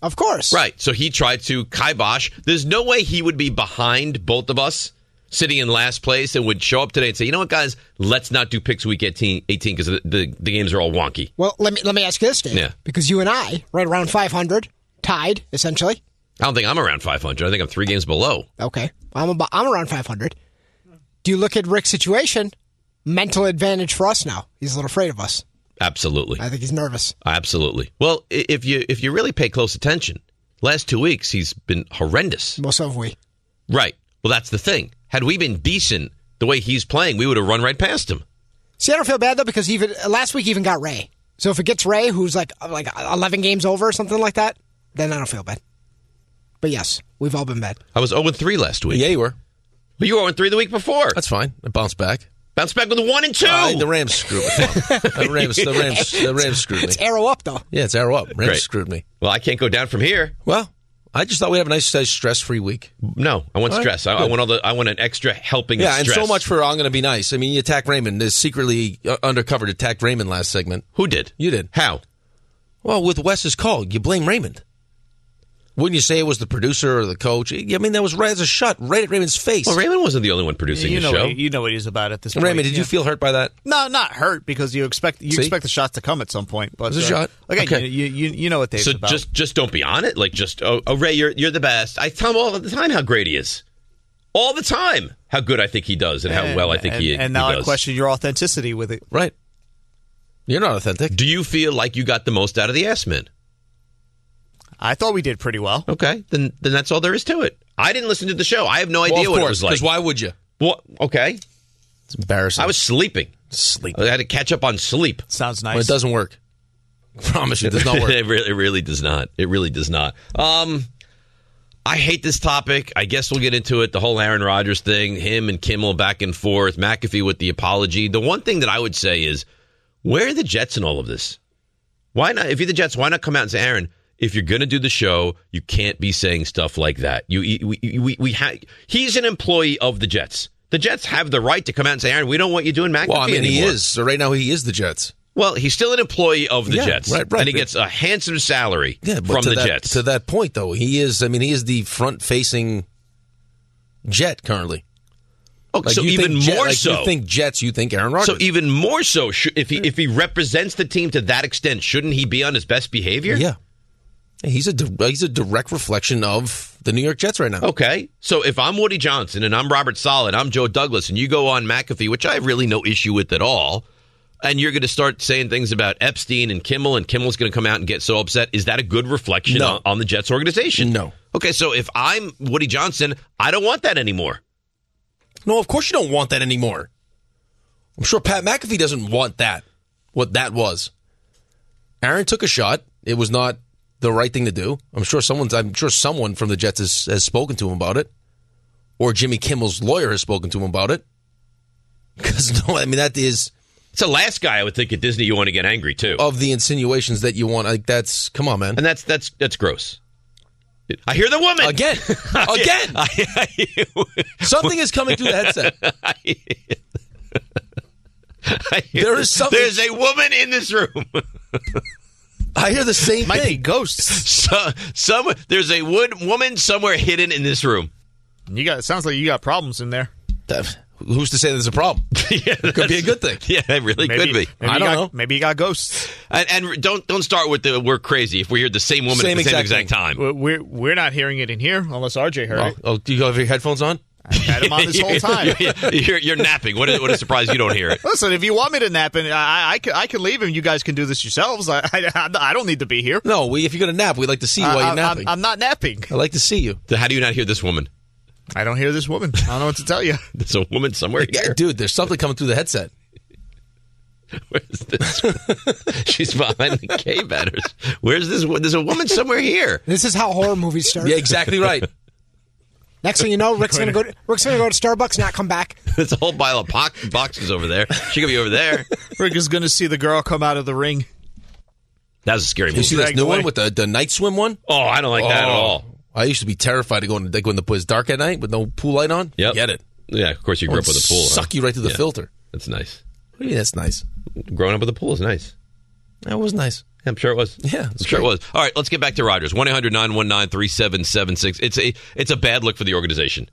[SPEAKER 5] Of course.
[SPEAKER 3] Right. So he tried to kibosh. There's no way he would be behind both of us sitting in last place and would show up today and say, you know what, guys, let's not do picks week 18 because the, the, the games are all wonky.
[SPEAKER 5] Well, let me let me ask you this, Dave.
[SPEAKER 3] Yeah.
[SPEAKER 5] Because you and I, right around five hundred, tied essentially.
[SPEAKER 3] I don't think I'm around 500. I think I'm three games below.
[SPEAKER 5] Okay, I'm about, I'm around five hundred. Do you look at Rick's situation? Mental advantage for us now. He's a little afraid of us.
[SPEAKER 3] Absolutely.
[SPEAKER 5] I think he's nervous.
[SPEAKER 3] Absolutely. Well, i- if you if you really pay close attention, last two weeks he's been horrendous.
[SPEAKER 5] Well, so have we.
[SPEAKER 3] Right. Well, that's the thing. Had we been decent the way he's playing, we would have run right past him.
[SPEAKER 5] See, I don't feel bad though because even last week he even got Ray. So if it gets Ray, who's like uh, like eleven games over or something like that, then I don't feel bad. But yes, we've all been bad.
[SPEAKER 3] I was 0 3 last week. Yeah,
[SPEAKER 2] you were.
[SPEAKER 3] But you were 0 3 the week before. That's
[SPEAKER 2] fine. I bounced back.
[SPEAKER 3] Bounced back with a 1 and 2.
[SPEAKER 2] Uh, the Rams screwed me. the Rams, the Rams, the Rams screwed me.
[SPEAKER 5] It's arrow up though.
[SPEAKER 2] Yeah, it's arrow up. Rams
[SPEAKER 3] Great.
[SPEAKER 2] screwed me.
[SPEAKER 3] Well, I can't go down from here.
[SPEAKER 2] Well, I just thought we'd have a nice, nice stress-free week.
[SPEAKER 3] No, I want
[SPEAKER 2] All right,
[SPEAKER 3] stress. I, I
[SPEAKER 2] good.
[SPEAKER 3] want all the. I want an extra helping.
[SPEAKER 2] Yeah,
[SPEAKER 3] of
[SPEAKER 2] and so
[SPEAKER 3] stress.
[SPEAKER 2] much for I'm going to be nice. I mean, you attacked Raymond. This secretly uh, undercovered attacked Raymond last segment.
[SPEAKER 3] Who did?
[SPEAKER 2] You did.
[SPEAKER 3] How?
[SPEAKER 2] Well, with Wes's call, you blame Raymond. Wouldn't you say it was the producer or the coach? I mean, that was right as a shot right at Raymond's face.
[SPEAKER 3] Well, Raymond wasn't the only one producing
[SPEAKER 6] you
[SPEAKER 3] the
[SPEAKER 6] know,
[SPEAKER 3] show.
[SPEAKER 6] what- you know what he's about at this point.
[SPEAKER 2] Raymond, did you
[SPEAKER 6] yeah.
[SPEAKER 2] feel hurt by that?
[SPEAKER 6] No, not hurt because you expect you
[SPEAKER 2] See?
[SPEAKER 6] expect the shots to come at some point. But uh,
[SPEAKER 2] There's a shot.
[SPEAKER 6] Again,
[SPEAKER 2] Okay.
[SPEAKER 6] you, you you know what Dave's
[SPEAKER 3] so
[SPEAKER 6] about.
[SPEAKER 3] just just don't be on it. Like just oh, oh Ray, you're you're the best. I tell him all the time how great he is, all the time how good I think he does and, how well I think
[SPEAKER 6] and,
[SPEAKER 3] he.
[SPEAKER 6] And now
[SPEAKER 3] he
[SPEAKER 6] I
[SPEAKER 3] does.
[SPEAKER 6] question your authenticity with it.
[SPEAKER 2] Right. You're not authentic.
[SPEAKER 3] Do you feel like you got the most out of the ass men?
[SPEAKER 6] I thought we did pretty well.
[SPEAKER 3] Okay, then then that's all there is to it. I didn't listen to the show. I have no idea
[SPEAKER 2] well, of
[SPEAKER 3] what it
[SPEAKER 2] course,
[SPEAKER 3] was like.
[SPEAKER 2] why would you?
[SPEAKER 3] Well, okay,
[SPEAKER 2] It's embarrassing.
[SPEAKER 3] I was sleeping.
[SPEAKER 2] sleeping.
[SPEAKER 3] I had to catch up on sleep.
[SPEAKER 6] Sounds nice.
[SPEAKER 2] Well, it doesn't work. promise you, it does not work.
[SPEAKER 3] it, really, it really does not. It really does not. Um, I hate this topic. I guess we'll get into it. The whole Aaron Rodgers thing, him and Kimmel back and forth, McAfee with the apology. The one thing that I would say is, where are the Jets in all of this? Why not? If you're the Jets, why not come out and say, Aaron, if you're going to do the show, you can't be saying stuff like that. You, you- we, we, we ha- he's an employee of the Jets. The Jets have the right to come out and say, Aaron, we don't want you doing McAfee
[SPEAKER 2] Well, I mean, he
[SPEAKER 3] anymore.
[SPEAKER 2] is. So right now, he is the Jets.
[SPEAKER 3] Well, he's still an employee of the
[SPEAKER 2] Yeah,
[SPEAKER 3] Jets,
[SPEAKER 2] right, right.
[SPEAKER 3] and he gets a handsome salary
[SPEAKER 2] Yeah, but
[SPEAKER 3] from
[SPEAKER 2] to
[SPEAKER 3] the
[SPEAKER 2] that,
[SPEAKER 3] Jets.
[SPEAKER 2] To that point, though, he is. I mean, he is the front-facing Jet currently.
[SPEAKER 3] Oh, so
[SPEAKER 2] you
[SPEAKER 3] even
[SPEAKER 2] think Jet-
[SPEAKER 3] more
[SPEAKER 2] like,
[SPEAKER 3] so.
[SPEAKER 2] You think Jets? You think Aaron Rodgers?
[SPEAKER 3] so even more so, sh- if he if he represents the team to that extent, shouldn't he be on his best behavior?
[SPEAKER 2] yeah, he's a di- he's a direct reflection of the New York Jets right now.
[SPEAKER 3] Okay. So if I'm Woody Johnson and I'm Robert Solid, I'm Joe Douglas, and you go on McAfee, which I have really no issue with at all, and you're going to start saying things about Epstein and Kimmel, and Kimmel's going to come out and get so upset, is that a good reflection
[SPEAKER 2] No.
[SPEAKER 3] on, on the Jets organization?
[SPEAKER 2] No.
[SPEAKER 3] Okay. So if I'm Woody Johnson, I don't want that anymore.
[SPEAKER 2] No, of course you don't want that anymore. I'm sure Pat McAfee doesn't want that. What that was. Aaron took a shot. It was not the right thing to do. I'm sure someone's. I'm sure someone from the Jets has, has spoken to him about it, or Jimmy Kimmel's lawyer has spoken to him about it. Because no, I mean that is
[SPEAKER 3] It's the last guy I would think at Disney you want to get angry to.
[SPEAKER 2] of the insinuations that you want. Like that's come on, man.
[SPEAKER 3] And that's that's that's gross. I hear the woman
[SPEAKER 2] Again, again, something is coming through the headset. There is something-
[SPEAKER 3] There's a woman in this room.
[SPEAKER 2] I hear the same
[SPEAKER 6] Might be
[SPEAKER 2] thing.
[SPEAKER 6] ghosts.
[SPEAKER 3] So, some there's a wood woman somewhere hidden in this room.
[SPEAKER 6] You got. It sounds like you got problems in there.
[SPEAKER 2] That- Who's to say there's a problem? it could be a good thing.
[SPEAKER 3] Yeah, it really could be.
[SPEAKER 6] maybe
[SPEAKER 2] I
[SPEAKER 6] you
[SPEAKER 2] don't
[SPEAKER 6] got-
[SPEAKER 2] know.
[SPEAKER 6] Maybe you got ghosts.
[SPEAKER 3] And, and don't don't start with the we're crazy if we hear the same woman
[SPEAKER 2] Same
[SPEAKER 3] at the same
[SPEAKER 2] exact
[SPEAKER 3] exact time.
[SPEAKER 6] We're- We're we're not hearing it in here unless RJ heard
[SPEAKER 2] Oh,
[SPEAKER 6] it.
[SPEAKER 2] oh, do you have your headphones on?
[SPEAKER 6] I've had him on this whole time.
[SPEAKER 3] you're, you're napping. What a, what a surprise you don't hear it.
[SPEAKER 6] Listen, if you want me to nap, and I, I can, I can leave, and you guys can do this yourselves. I, I, I don't need to be here.
[SPEAKER 2] No, we, if you're going to nap, we'd like to see you while
[SPEAKER 6] I,
[SPEAKER 2] you're
[SPEAKER 6] am
[SPEAKER 2] napping. i
[SPEAKER 6] I'm not napping.
[SPEAKER 2] like to see you.
[SPEAKER 3] How do you not hear this woman?
[SPEAKER 6] I don't hear this woman. I don't know what to tell you.
[SPEAKER 3] There's a woman somewhere
[SPEAKER 2] Yeah,
[SPEAKER 3] here.
[SPEAKER 2] dude, there's something coming through the headset.
[SPEAKER 3] Where's this? She's behind the cave batters. Where's this? wo- There's a woman somewhere here.
[SPEAKER 5] This is how horror movies start.
[SPEAKER 2] Yeah, exactly right.
[SPEAKER 5] Next thing you know, Rick's gonna go. To, Rick's gonna go to Starbucks, not come back.
[SPEAKER 3] There's a whole pile of po- boxes over there. She could be over there.
[SPEAKER 6] Rick is going to see the girl come out of the ring.
[SPEAKER 3] That was a scary
[SPEAKER 2] You see this
[SPEAKER 3] movie.
[SPEAKER 6] Dragged
[SPEAKER 2] new
[SPEAKER 6] away.
[SPEAKER 2] one with the, the night swim one?
[SPEAKER 3] Oh, I don't like that at
[SPEAKER 2] Oh,
[SPEAKER 3] all.
[SPEAKER 2] I used to be terrified of going to go in the pool. It's dark at night with no pool light on.
[SPEAKER 3] Yep.
[SPEAKER 2] Get it.
[SPEAKER 3] Yeah, of course you grew up with a pool. huh?
[SPEAKER 2] Suck you right through the
[SPEAKER 3] Yeah.
[SPEAKER 2] filter.
[SPEAKER 3] That's nice.
[SPEAKER 2] What do you mean that's nice?
[SPEAKER 3] Growing up with a pool is nice.
[SPEAKER 2] That was nice.
[SPEAKER 3] Yeah, I'm sure it was.
[SPEAKER 2] Yeah,
[SPEAKER 3] I'm
[SPEAKER 2] it's
[SPEAKER 3] sure it
[SPEAKER 2] great.
[SPEAKER 3] was. All right, let's get back to Rogers. 1 800 919 3776. It's a it's a bad look for the organization.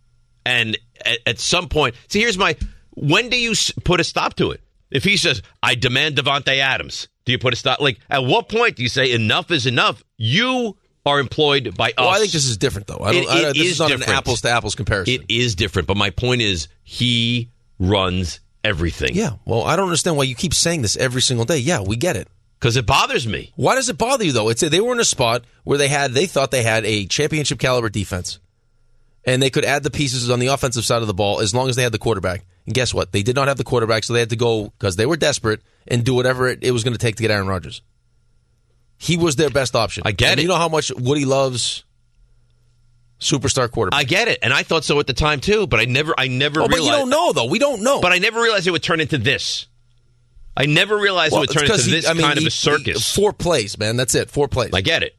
[SPEAKER 3] And at, at some point, see, here's my when do you s- put a stop to it? If he says, I demand Devontae Adams, do you put a stop? Like, at what point do you say enough is enough? You are employed by us.
[SPEAKER 2] Well, I think this is different, though. I don't,
[SPEAKER 3] Oh, It-
[SPEAKER 2] I,
[SPEAKER 3] it
[SPEAKER 2] this
[SPEAKER 3] is
[SPEAKER 2] not
[SPEAKER 3] different.
[SPEAKER 2] an apples to apples comparison.
[SPEAKER 3] It is different, but my point is he runs everything.
[SPEAKER 2] Yeah. Well, I don't understand why you keep saying this every single day. Yeah, we get it.
[SPEAKER 3] Because it bothers me.
[SPEAKER 2] Why does it bother you though? It's they were in a spot where they had they thought they had a championship caliber defense, and they could add the pieces on the offensive side of the ball as long as they had the quarterback. And guess what? They did not have the quarterback, so they had to go because they were desperate and do whatever it, it was going to take to get Aaron Rodgers. He was their best option.
[SPEAKER 3] I get
[SPEAKER 2] And
[SPEAKER 3] it.
[SPEAKER 2] You know how much Woody loves superstar quarterback.
[SPEAKER 3] I get it, and I thought so at the time too, but I never, I never
[SPEAKER 2] Oh, but
[SPEAKER 3] realized.
[SPEAKER 2] you don't know though. We don't know.
[SPEAKER 3] But I never realized it would turn into this. I never realized
[SPEAKER 2] Well,
[SPEAKER 3] it would turn
[SPEAKER 2] it's
[SPEAKER 3] into
[SPEAKER 2] 'cause he-
[SPEAKER 3] this
[SPEAKER 2] I mean,
[SPEAKER 3] kind
[SPEAKER 2] he-
[SPEAKER 3] of a circus.
[SPEAKER 2] he- four plays, man. That's it. Four plays.
[SPEAKER 3] I get it.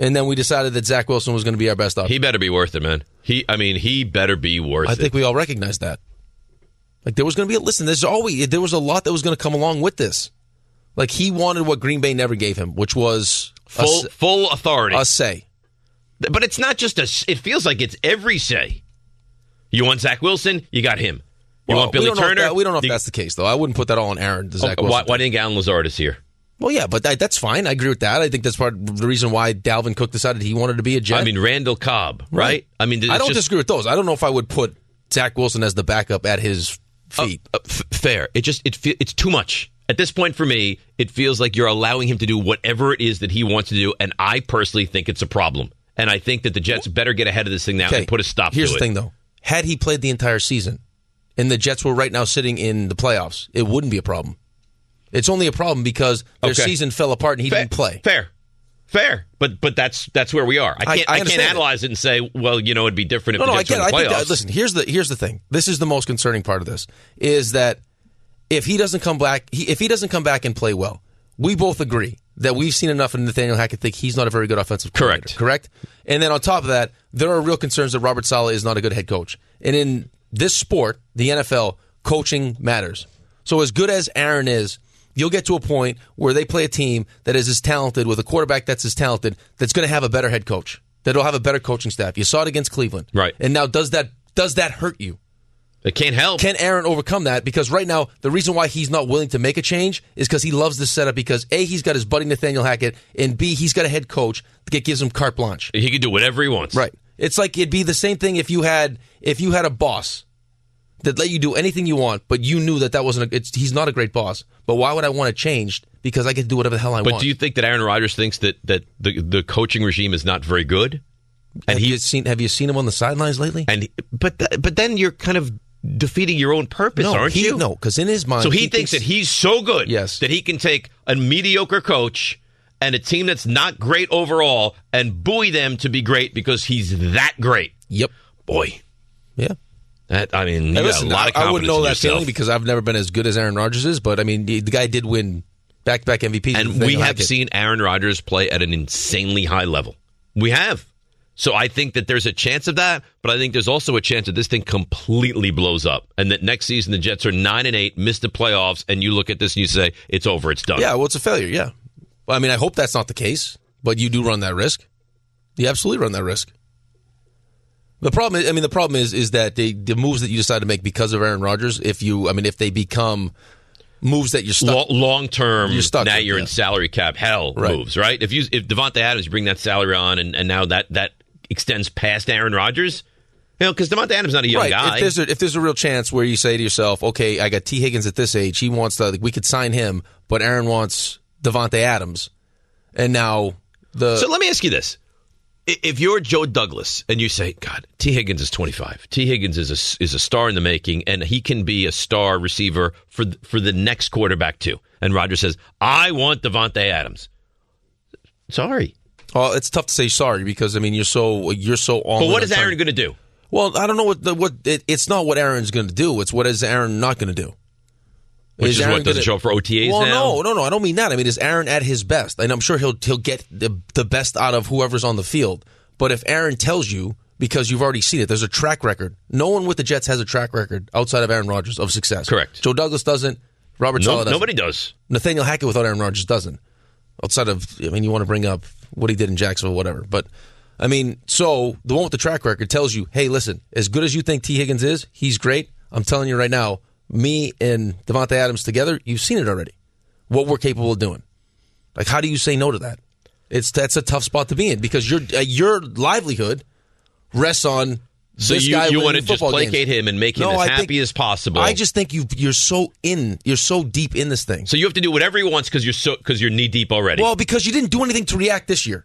[SPEAKER 2] And then we decided that Zach Wilson was going to be our best option.
[SPEAKER 3] He better be worth it, man. He, I mean, he better be worth
[SPEAKER 2] uh, I
[SPEAKER 3] it.
[SPEAKER 2] think we all recognize that. Like there was going to be a listen. There's always there was a lot that was going to come along with this. Like he wanted what Green Bay never gave him, which was
[SPEAKER 3] full,
[SPEAKER 2] a, s-
[SPEAKER 3] full authority.
[SPEAKER 2] a say.
[SPEAKER 3] But it's not just a. s- It feels like it's every say. You want Zach Wilson? You got him. You
[SPEAKER 2] Well,
[SPEAKER 3] want Billy
[SPEAKER 2] we don't know if
[SPEAKER 3] Turner?
[SPEAKER 2] that- we don't know if
[SPEAKER 3] you-
[SPEAKER 2] that's the case though. I wouldn't put that all on Aaron. to Zach
[SPEAKER 3] Oh, why,
[SPEAKER 2] Wilson.
[SPEAKER 3] why didn't Alan Lazard is here?
[SPEAKER 2] Well, yeah, but that, that's fine. I agree with that. I think that's part of the reason why Dalvin Cook decided he wanted to be a Jet.
[SPEAKER 3] I mean, Randall Cobb, right? I mean,
[SPEAKER 2] I
[SPEAKER 3] it's
[SPEAKER 2] don't
[SPEAKER 3] just,
[SPEAKER 2] disagree with those. I don't know if I would put Zach Wilson as the backup at his feet.
[SPEAKER 3] uh, f- fair. It just it fe- it's too much at this point for me. It feels like you're allowing him to do whatever it is that he wants to do, and I personally think it's a problem. And I think that the Jets better get ahead of this thing now
[SPEAKER 2] Okay,
[SPEAKER 3] and put a stop
[SPEAKER 2] Here's
[SPEAKER 3] to
[SPEAKER 2] the
[SPEAKER 3] it.
[SPEAKER 2] thing, though. Had he played the entire season, and the Jets were right now sitting in the playoffs, it wouldn't be a problem. It's only a problem because their
[SPEAKER 3] Okay.
[SPEAKER 2] season fell apart and he
[SPEAKER 3] fair,
[SPEAKER 2] didn't play.
[SPEAKER 3] Fair, fair. But but that's that's where we are.
[SPEAKER 2] I-
[SPEAKER 3] I can't
[SPEAKER 2] I
[SPEAKER 3] I, can't
[SPEAKER 2] understand that.
[SPEAKER 3] analyze it. and say, well, you know, it'd be different if
[SPEAKER 2] No,
[SPEAKER 3] the
[SPEAKER 2] no, I
[SPEAKER 3] Jets
[SPEAKER 2] get. It.
[SPEAKER 3] were
[SPEAKER 2] I
[SPEAKER 3] in the
[SPEAKER 2] think.
[SPEAKER 3] playoffs.
[SPEAKER 2] That, listen, here's the here's the thing. This is the most concerning part of this is that if he doesn't come back, he, if he doesn't come back and play well, we both agree that we've seen enough of Nathaniel Hackett think he's not a very good offensive coordinator. Correct.
[SPEAKER 3] Correct.
[SPEAKER 2] And then on top of that, there are real concerns that Robert Sala is not a good head coach. And in this sport, the NFL, coaching matters. So as good as Aaron is, you'll get to a point where they play a team that is as talented with a quarterback that's as talented that's going to have a better head coach. That'll have a better coaching staff. You saw it against Cleveland.
[SPEAKER 3] Right.
[SPEAKER 2] And now does that does that hurt you?
[SPEAKER 3] it can't help.
[SPEAKER 2] Can Aaron overcome that? Because right now, the reason why he's not willing to make a change is because he loves this setup. Because A, he's got his buddy Nathaniel Hackett, and B, he's got a head coach that gives him carte blanche.
[SPEAKER 3] he can do whatever he wants.
[SPEAKER 2] Right. It's like it'd be the same thing if you had if you had a boss that let you do anything you want, but you knew that that wasn't. A, it's, he's not a great boss. But why would I want it changed? Because I can do whatever the hell I
[SPEAKER 3] But
[SPEAKER 2] want.
[SPEAKER 3] do you think that Aaron Rodgers thinks that that the the coaching regime is not very good?
[SPEAKER 2] have you seen Have you seen him on the sidelines lately?
[SPEAKER 3] And but th- but then you're kind of defeating your own purpose,
[SPEAKER 2] no,
[SPEAKER 3] aren't
[SPEAKER 2] he,
[SPEAKER 3] you?
[SPEAKER 2] no, because in his mind,
[SPEAKER 3] So he, thinks, that he's so good
[SPEAKER 2] Yes.
[SPEAKER 3] that he can take a mediocre coach and a team that's not great overall and buoy them to be great because he's that great.
[SPEAKER 2] Yep.
[SPEAKER 3] Boy,
[SPEAKER 2] Yeah.
[SPEAKER 3] that I mean, Uh, you
[SPEAKER 2] Hey,
[SPEAKER 3] got
[SPEAKER 2] listen,
[SPEAKER 3] a lot of
[SPEAKER 2] I,
[SPEAKER 3] confidence
[SPEAKER 2] I wouldn't know
[SPEAKER 3] in
[SPEAKER 2] that
[SPEAKER 3] yourself.
[SPEAKER 2] feeling because I've never been as good as Aaron Rodgers is. But I mean, the, the guy did win back-to-back MVPs,
[SPEAKER 3] and
[SPEAKER 2] Nathaniel
[SPEAKER 3] we have
[SPEAKER 2] Hackett.
[SPEAKER 3] seen Aaron Rodgers play at an insanely high level. We have. So I think that there's a chance of that, but I think there's also a chance that this thing completely blows up and that next season the Jets are 9 and 8, miss the playoffs and you look at this and you say it's over, it's done.
[SPEAKER 2] Yeah, well, it's a failure. Yeah, Well, I mean, I hope that's not the case, but you do run that risk. You absolutely run that risk. The problem, is, I mean, the problem is, is that the the moves that you decide to make because of Aaron Rodgers, if you, I mean, if they become moves that you're stuck,
[SPEAKER 3] Long term,
[SPEAKER 2] You're stuck
[SPEAKER 3] now
[SPEAKER 2] with,
[SPEAKER 3] you're
[SPEAKER 2] yeah.
[SPEAKER 3] in salary cap hell
[SPEAKER 2] Right.
[SPEAKER 3] moves, right? If you if Devontae Adams, you bring that salary on, and, and now that that extends past Aaron Rodgers, you know, because Devontae Adams is not a young
[SPEAKER 2] right?
[SPEAKER 3] guy.
[SPEAKER 2] If there's a, if there's a real chance where you say to yourself, okay, I got T Higgins at this age, he wants to, like, we could sign him, but Aaron wants Devonte Adams, and now the
[SPEAKER 3] So let me ask you this. I- If you're Joe Douglas and you say, God, T. Higgins is 25. T. Higgins is a, is a star in the making, and he can be a star receiver for th- for the next quarterback, too. And Roger says, I want Devontae Adams. Sorry.
[SPEAKER 2] Well, it's tough to say sorry because I mean you're so you're so on.
[SPEAKER 3] But what is Aaron going to do?
[SPEAKER 2] Well, I don't know what the, what it, it's not what Aaron's going to do. It's what is Aaron not going to do.
[SPEAKER 3] Which is,
[SPEAKER 2] Aaron
[SPEAKER 3] what doesn't
[SPEAKER 2] gonna-
[SPEAKER 3] show up for OTAs
[SPEAKER 2] Well,
[SPEAKER 3] now?
[SPEAKER 2] no, no, no. I don't mean that. I mean is Aaron at his best, and I'm sure he'll he'll get the the best out of whoever's on the field. But if Aaron tells you because you've already seen it, there's a track record. No one with the Jets has a track record outside of Aaron Rodgers of success.
[SPEAKER 3] Correct.
[SPEAKER 2] Joe Douglas doesn't. Robert
[SPEAKER 3] No-
[SPEAKER 2] Saleh doesn't.
[SPEAKER 3] nobody does.
[SPEAKER 2] Nathaniel Hackett without Aaron Rodgers doesn't. Outside of, I mean, you want to bring up what he did in Jacksonville, whatever. But, I mean, so the one with the track record tells you, hey, listen, as good as you think T. Higgins is, he's great. I'm telling you right now, me and Devontae Adams together, you've seen it already. What we're capable of doing. Like, how do you say no to that? It's that's a tough spot to be in because your uh, your livelihood rests on
[SPEAKER 3] So
[SPEAKER 2] this
[SPEAKER 3] you-
[SPEAKER 2] guy
[SPEAKER 3] you
[SPEAKER 2] winning
[SPEAKER 3] wanna
[SPEAKER 2] the
[SPEAKER 3] just
[SPEAKER 2] football games.
[SPEAKER 3] placate him and make him as happy as possible.
[SPEAKER 2] I just think you you're so in, you're so deep in this thing.
[SPEAKER 3] So you have to do whatever he wants because you're so because you're knee deep already.
[SPEAKER 2] Well, because you didn't do anything to react this year,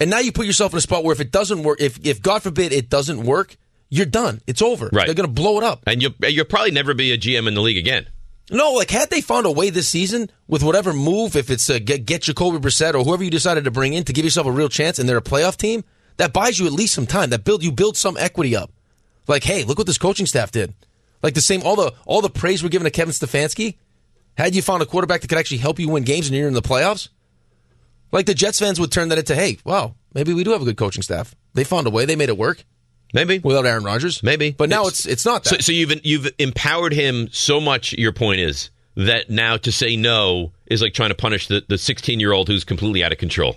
[SPEAKER 2] and now you put yourself in a spot where if it doesn't work, if if God forbid it doesn't work, you're done. It's over.
[SPEAKER 3] Right.
[SPEAKER 2] They're going to blow it up.
[SPEAKER 3] and you'll you'll probably never be a GM in the league again.
[SPEAKER 2] No, like had they found a way this season with whatever move, if it's a get, get Jacoby Brissett or whoever you decided to bring in to give yourself a real chance, and they're a playoff team, that buys you at least some time. That build you build some equity up. Like, hey, look what this coaching staff did. Like the same, all the all the praise we're giving to Kevin Stefanski. Had you found a quarterback that could actually help you win games and you're in the playoffs, like the Jets fans would turn that into, hey, wow, maybe we do have a good coaching staff. They found a way. They made it work.
[SPEAKER 3] Maybe
[SPEAKER 2] without Aaron Rodgers. Maybe, but now it's it's not that.
[SPEAKER 3] So, so you've you've empowered him so much. Your point is that now to say no is like trying to punish the the 16 year old who's completely out of control.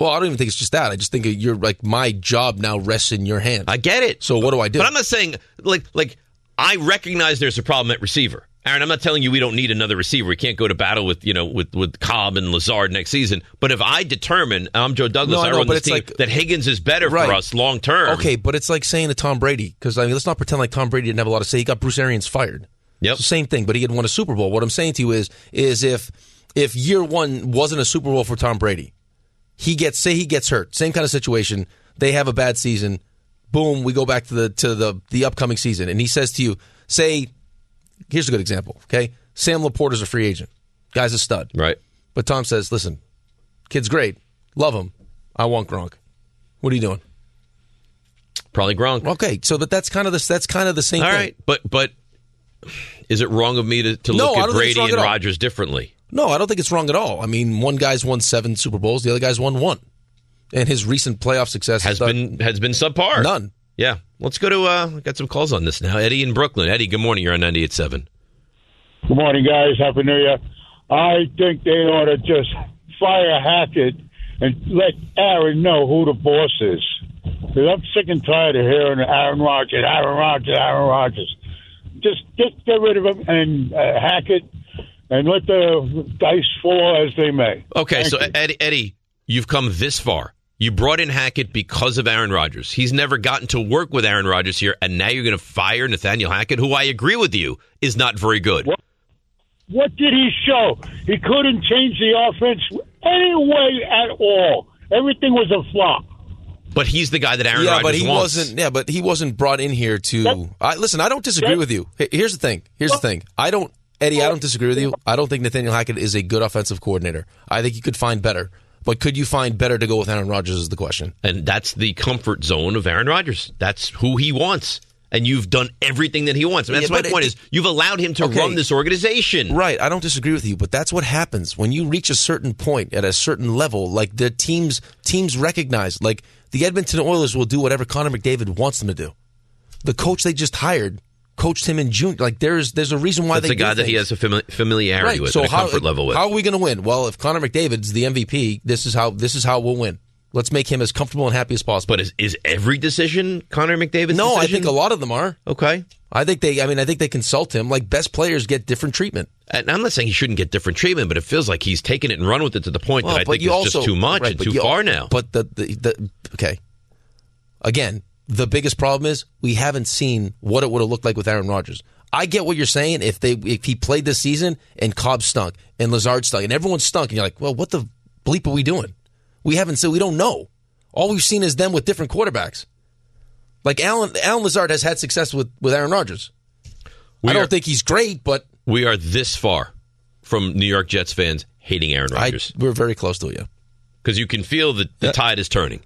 [SPEAKER 2] Well, I don't even think it's just that. I just think you're like my job now rests in your hands. I
[SPEAKER 3] get it.
[SPEAKER 2] So what do I do?
[SPEAKER 3] But I'm not saying like like I recognize there's a problem at receiver. Aaron, I'm not telling you we don't need another receiver. We can't go to battle with you know with with Cobb and Lazard next season. But if I determine I'm Joe Douglas,
[SPEAKER 2] No, I
[SPEAKER 3] I
[SPEAKER 2] know,
[SPEAKER 3] run
[SPEAKER 2] but
[SPEAKER 3] this
[SPEAKER 2] it's
[SPEAKER 3] team
[SPEAKER 2] like-
[SPEAKER 3] that Higgins is better for
[SPEAKER 2] Right.
[SPEAKER 3] us long term.
[SPEAKER 2] Okay, but it's like saying to Tom Brady because I mean, let's not pretend like Tom Brady didn't have a lot to say. He got Bruce Arians fired.
[SPEAKER 3] Yep.
[SPEAKER 2] same thing, but he had won a Super Bowl. What I'm saying to you is, is if if year one wasn't a Super Bowl for Tom Brady, he gets say he gets hurt, same kind of situation. They have a bad season. Boom, we go back to the to the the upcoming season, and he says to you, say, here's a good example. Okay, Sam Laporte is a free agent. Guy's a stud.
[SPEAKER 3] Right.
[SPEAKER 2] But Tom says, listen, kid's great, love him. I want Gronk. What are you doing?
[SPEAKER 3] Probably Gronk.
[SPEAKER 2] Okay, so but that's kind of this. That's kind of the same
[SPEAKER 3] All
[SPEAKER 2] thing.
[SPEAKER 3] right, but but is it wrong of me to, to
[SPEAKER 2] No,
[SPEAKER 3] look
[SPEAKER 2] I
[SPEAKER 3] at
[SPEAKER 2] don't think it's
[SPEAKER 3] Brady
[SPEAKER 2] wrong
[SPEAKER 3] and
[SPEAKER 2] at all.
[SPEAKER 3] Rodgers differently?
[SPEAKER 2] No, I don't think it's wrong at all. I mean, one guy's won seven Super Bowls, the other guy's won one, and his recent playoff success has
[SPEAKER 3] been has been subpar.
[SPEAKER 2] None.
[SPEAKER 3] Yeah, let's go to. uh Got some calls on this now. Eddie in Brooklyn. Eddie, good morning. You're on 98.7.
[SPEAKER 10] Good morning, guys. Happy New Year. I think they ought to just fire Hackett and let Aaron know who the boss is. 'Cause I'm sick and tired of hearing Aaron Rodgers, Aaron Rodgers, Aaron Rodgers. Just get, get rid of him and uh, Hackett and let the dice fall as they may.
[SPEAKER 3] Okay,
[SPEAKER 10] Thank
[SPEAKER 3] so
[SPEAKER 10] you.
[SPEAKER 3] Eddie, Eddie, you've come this far. You brought in Hackett because of Aaron Rodgers. He's never gotten to work with Aaron Rodgers here, and now you're going to fire Nathaniel Hackett, who I agree with you is not very good.
[SPEAKER 10] What did he show? He couldn't change the offense any way at all. Everything was a flop.
[SPEAKER 3] But he's the guy that Aaron
[SPEAKER 2] yeah,
[SPEAKER 3] Rodgers
[SPEAKER 2] but he
[SPEAKER 3] wants.
[SPEAKER 2] wasn't. Yeah, but he wasn't brought in here to. I, listen, I don't disagree
[SPEAKER 3] Yep.
[SPEAKER 2] with you. H- Here's the thing. Here's the thing. I don't, Eddie. I don't disagree with you. I don't think Nathaniel Hackett is a good offensive coordinator. I think you could find better. But could you find better to go with Aaron Rodgers is the question.
[SPEAKER 3] And that's the comfort zone of Aaron Rodgers. That's who he wants. And you've done everything that he wants. And that's
[SPEAKER 2] Yeah,
[SPEAKER 3] my
[SPEAKER 2] but
[SPEAKER 3] point
[SPEAKER 2] it-
[SPEAKER 3] is you've allowed him to
[SPEAKER 2] Okay.
[SPEAKER 3] run this organization.
[SPEAKER 2] Right. I don't disagree with you, but that's what happens when you reach a certain point at a certain level. Like the teams teams recognize, like the Edmonton Oilers will do whatever Connor McDavid wants them to do. The coach they just hired coached him in June. Like there's there's a reason why
[SPEAKER 3] That's
[SPEAKER 2] they
[SPEAKER 3] a guy
[SPEAKER 2] do
[SPEAKER 3] that he
[SPEAKER 2] things.
[SPEAKER 3] has a fami- familiarity
[SPEAKER 2] right.
[SPEAKER 3] with,
[SPEAKER 2] so
[SPEAKER 3] and a
[SPEAKER 2] how,
[SPEAKER 3] comfort level with.
[SPEAKER 2] How are we going to win? Well, if Connor McDavid's the MVP, this is how this is how we'll win. Let's make him as comfortable and happy as possible.
[SPEAKER 3] But is, is every decision Connor McDavid's
[SPEAKER 2] No, I
[SPEAKER 3] decision?
[SPEAKER 2] think a lot of them are.
[SPEAKER 3] Okay.
[SPEAKER 2] I think they I mean I think they consult him. Like best players get different treatment.
[SPEAKER 3] And I'm not saying he shouldn't get different treatment, but it feels like he's taking it and run with it to the point
[SPEAKER 2] Well,
[SPEAKER 3] that I
[SPEAKER 2] but
[SPEAKER 3] think
[SPEAKER 2] you
[SPEAKER 3] it's
[SPEAKER 2] also-
[SPEAKER 3] just too much
[SPEAKER 2] right,
[SPEAKER 3] and
[SPEAKER 2] but
[SPEAKER 3] too
[SPEAKER 2] you-
[SPEAKER 3] far now.
[SPEAKER 2] But the, the the okay, again, the biggest problem is we haven't seen what it would have looked like with Aaron Rodgers. I get what you're saying. If they if he played this season and Cobb stunk and Lazard stunk and everyone stunk and you're like, well, what the bleep are we doing? We haven't seen. We don't know. All we've seen is them with different quarterbacks. Like Alan Alan Lazard has had success with with Aaron Rodgers. I don't think he's great, but
[SPEAKER 3] We are this far from New York Jets fans hating Aaron
[SPEAKER 2] I,
[SPEAKER 3] Rodgers
[SPEAKER 2] we're very close to it. Yeah.
[SPEAKER 3] because you can feel that the tide is turning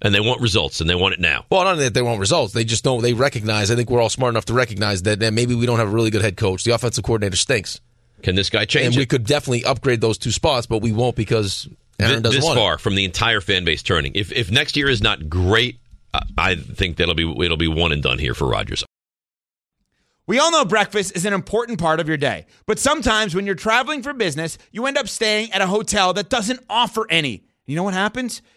[SPEAKER 3] and they want results and they want it now.
[SPEAKER 2] Well, not only that they want results, they just don't. They recognize. I think we're all smart enough to recognize that, that maybe we don't have a really good head coach. The offensive coordinator stinks,
[SPEAKER 3] Can this guy change
[SPEAKER 2] and
[SPEAKER 3] it?
[SPEAKER 2] we could definitely upgrade those two spots, but we won't because Aaron
[SPEAKER 3] Th-
[SPEAKER 2] doesn't
[SPEAKER 3] this
[SPEAKER 2] want
[SPEAKER 3] far from the entire fan base turning. If if next year is not great, I, I think that'll be it'll be one and done here for Rodgers.
[SPEAKER 11] We all know breakfast is an important part of your day, but sometimes when you're traveling for business, you end up staying at a hotel that doesn't offer any. You know what happens?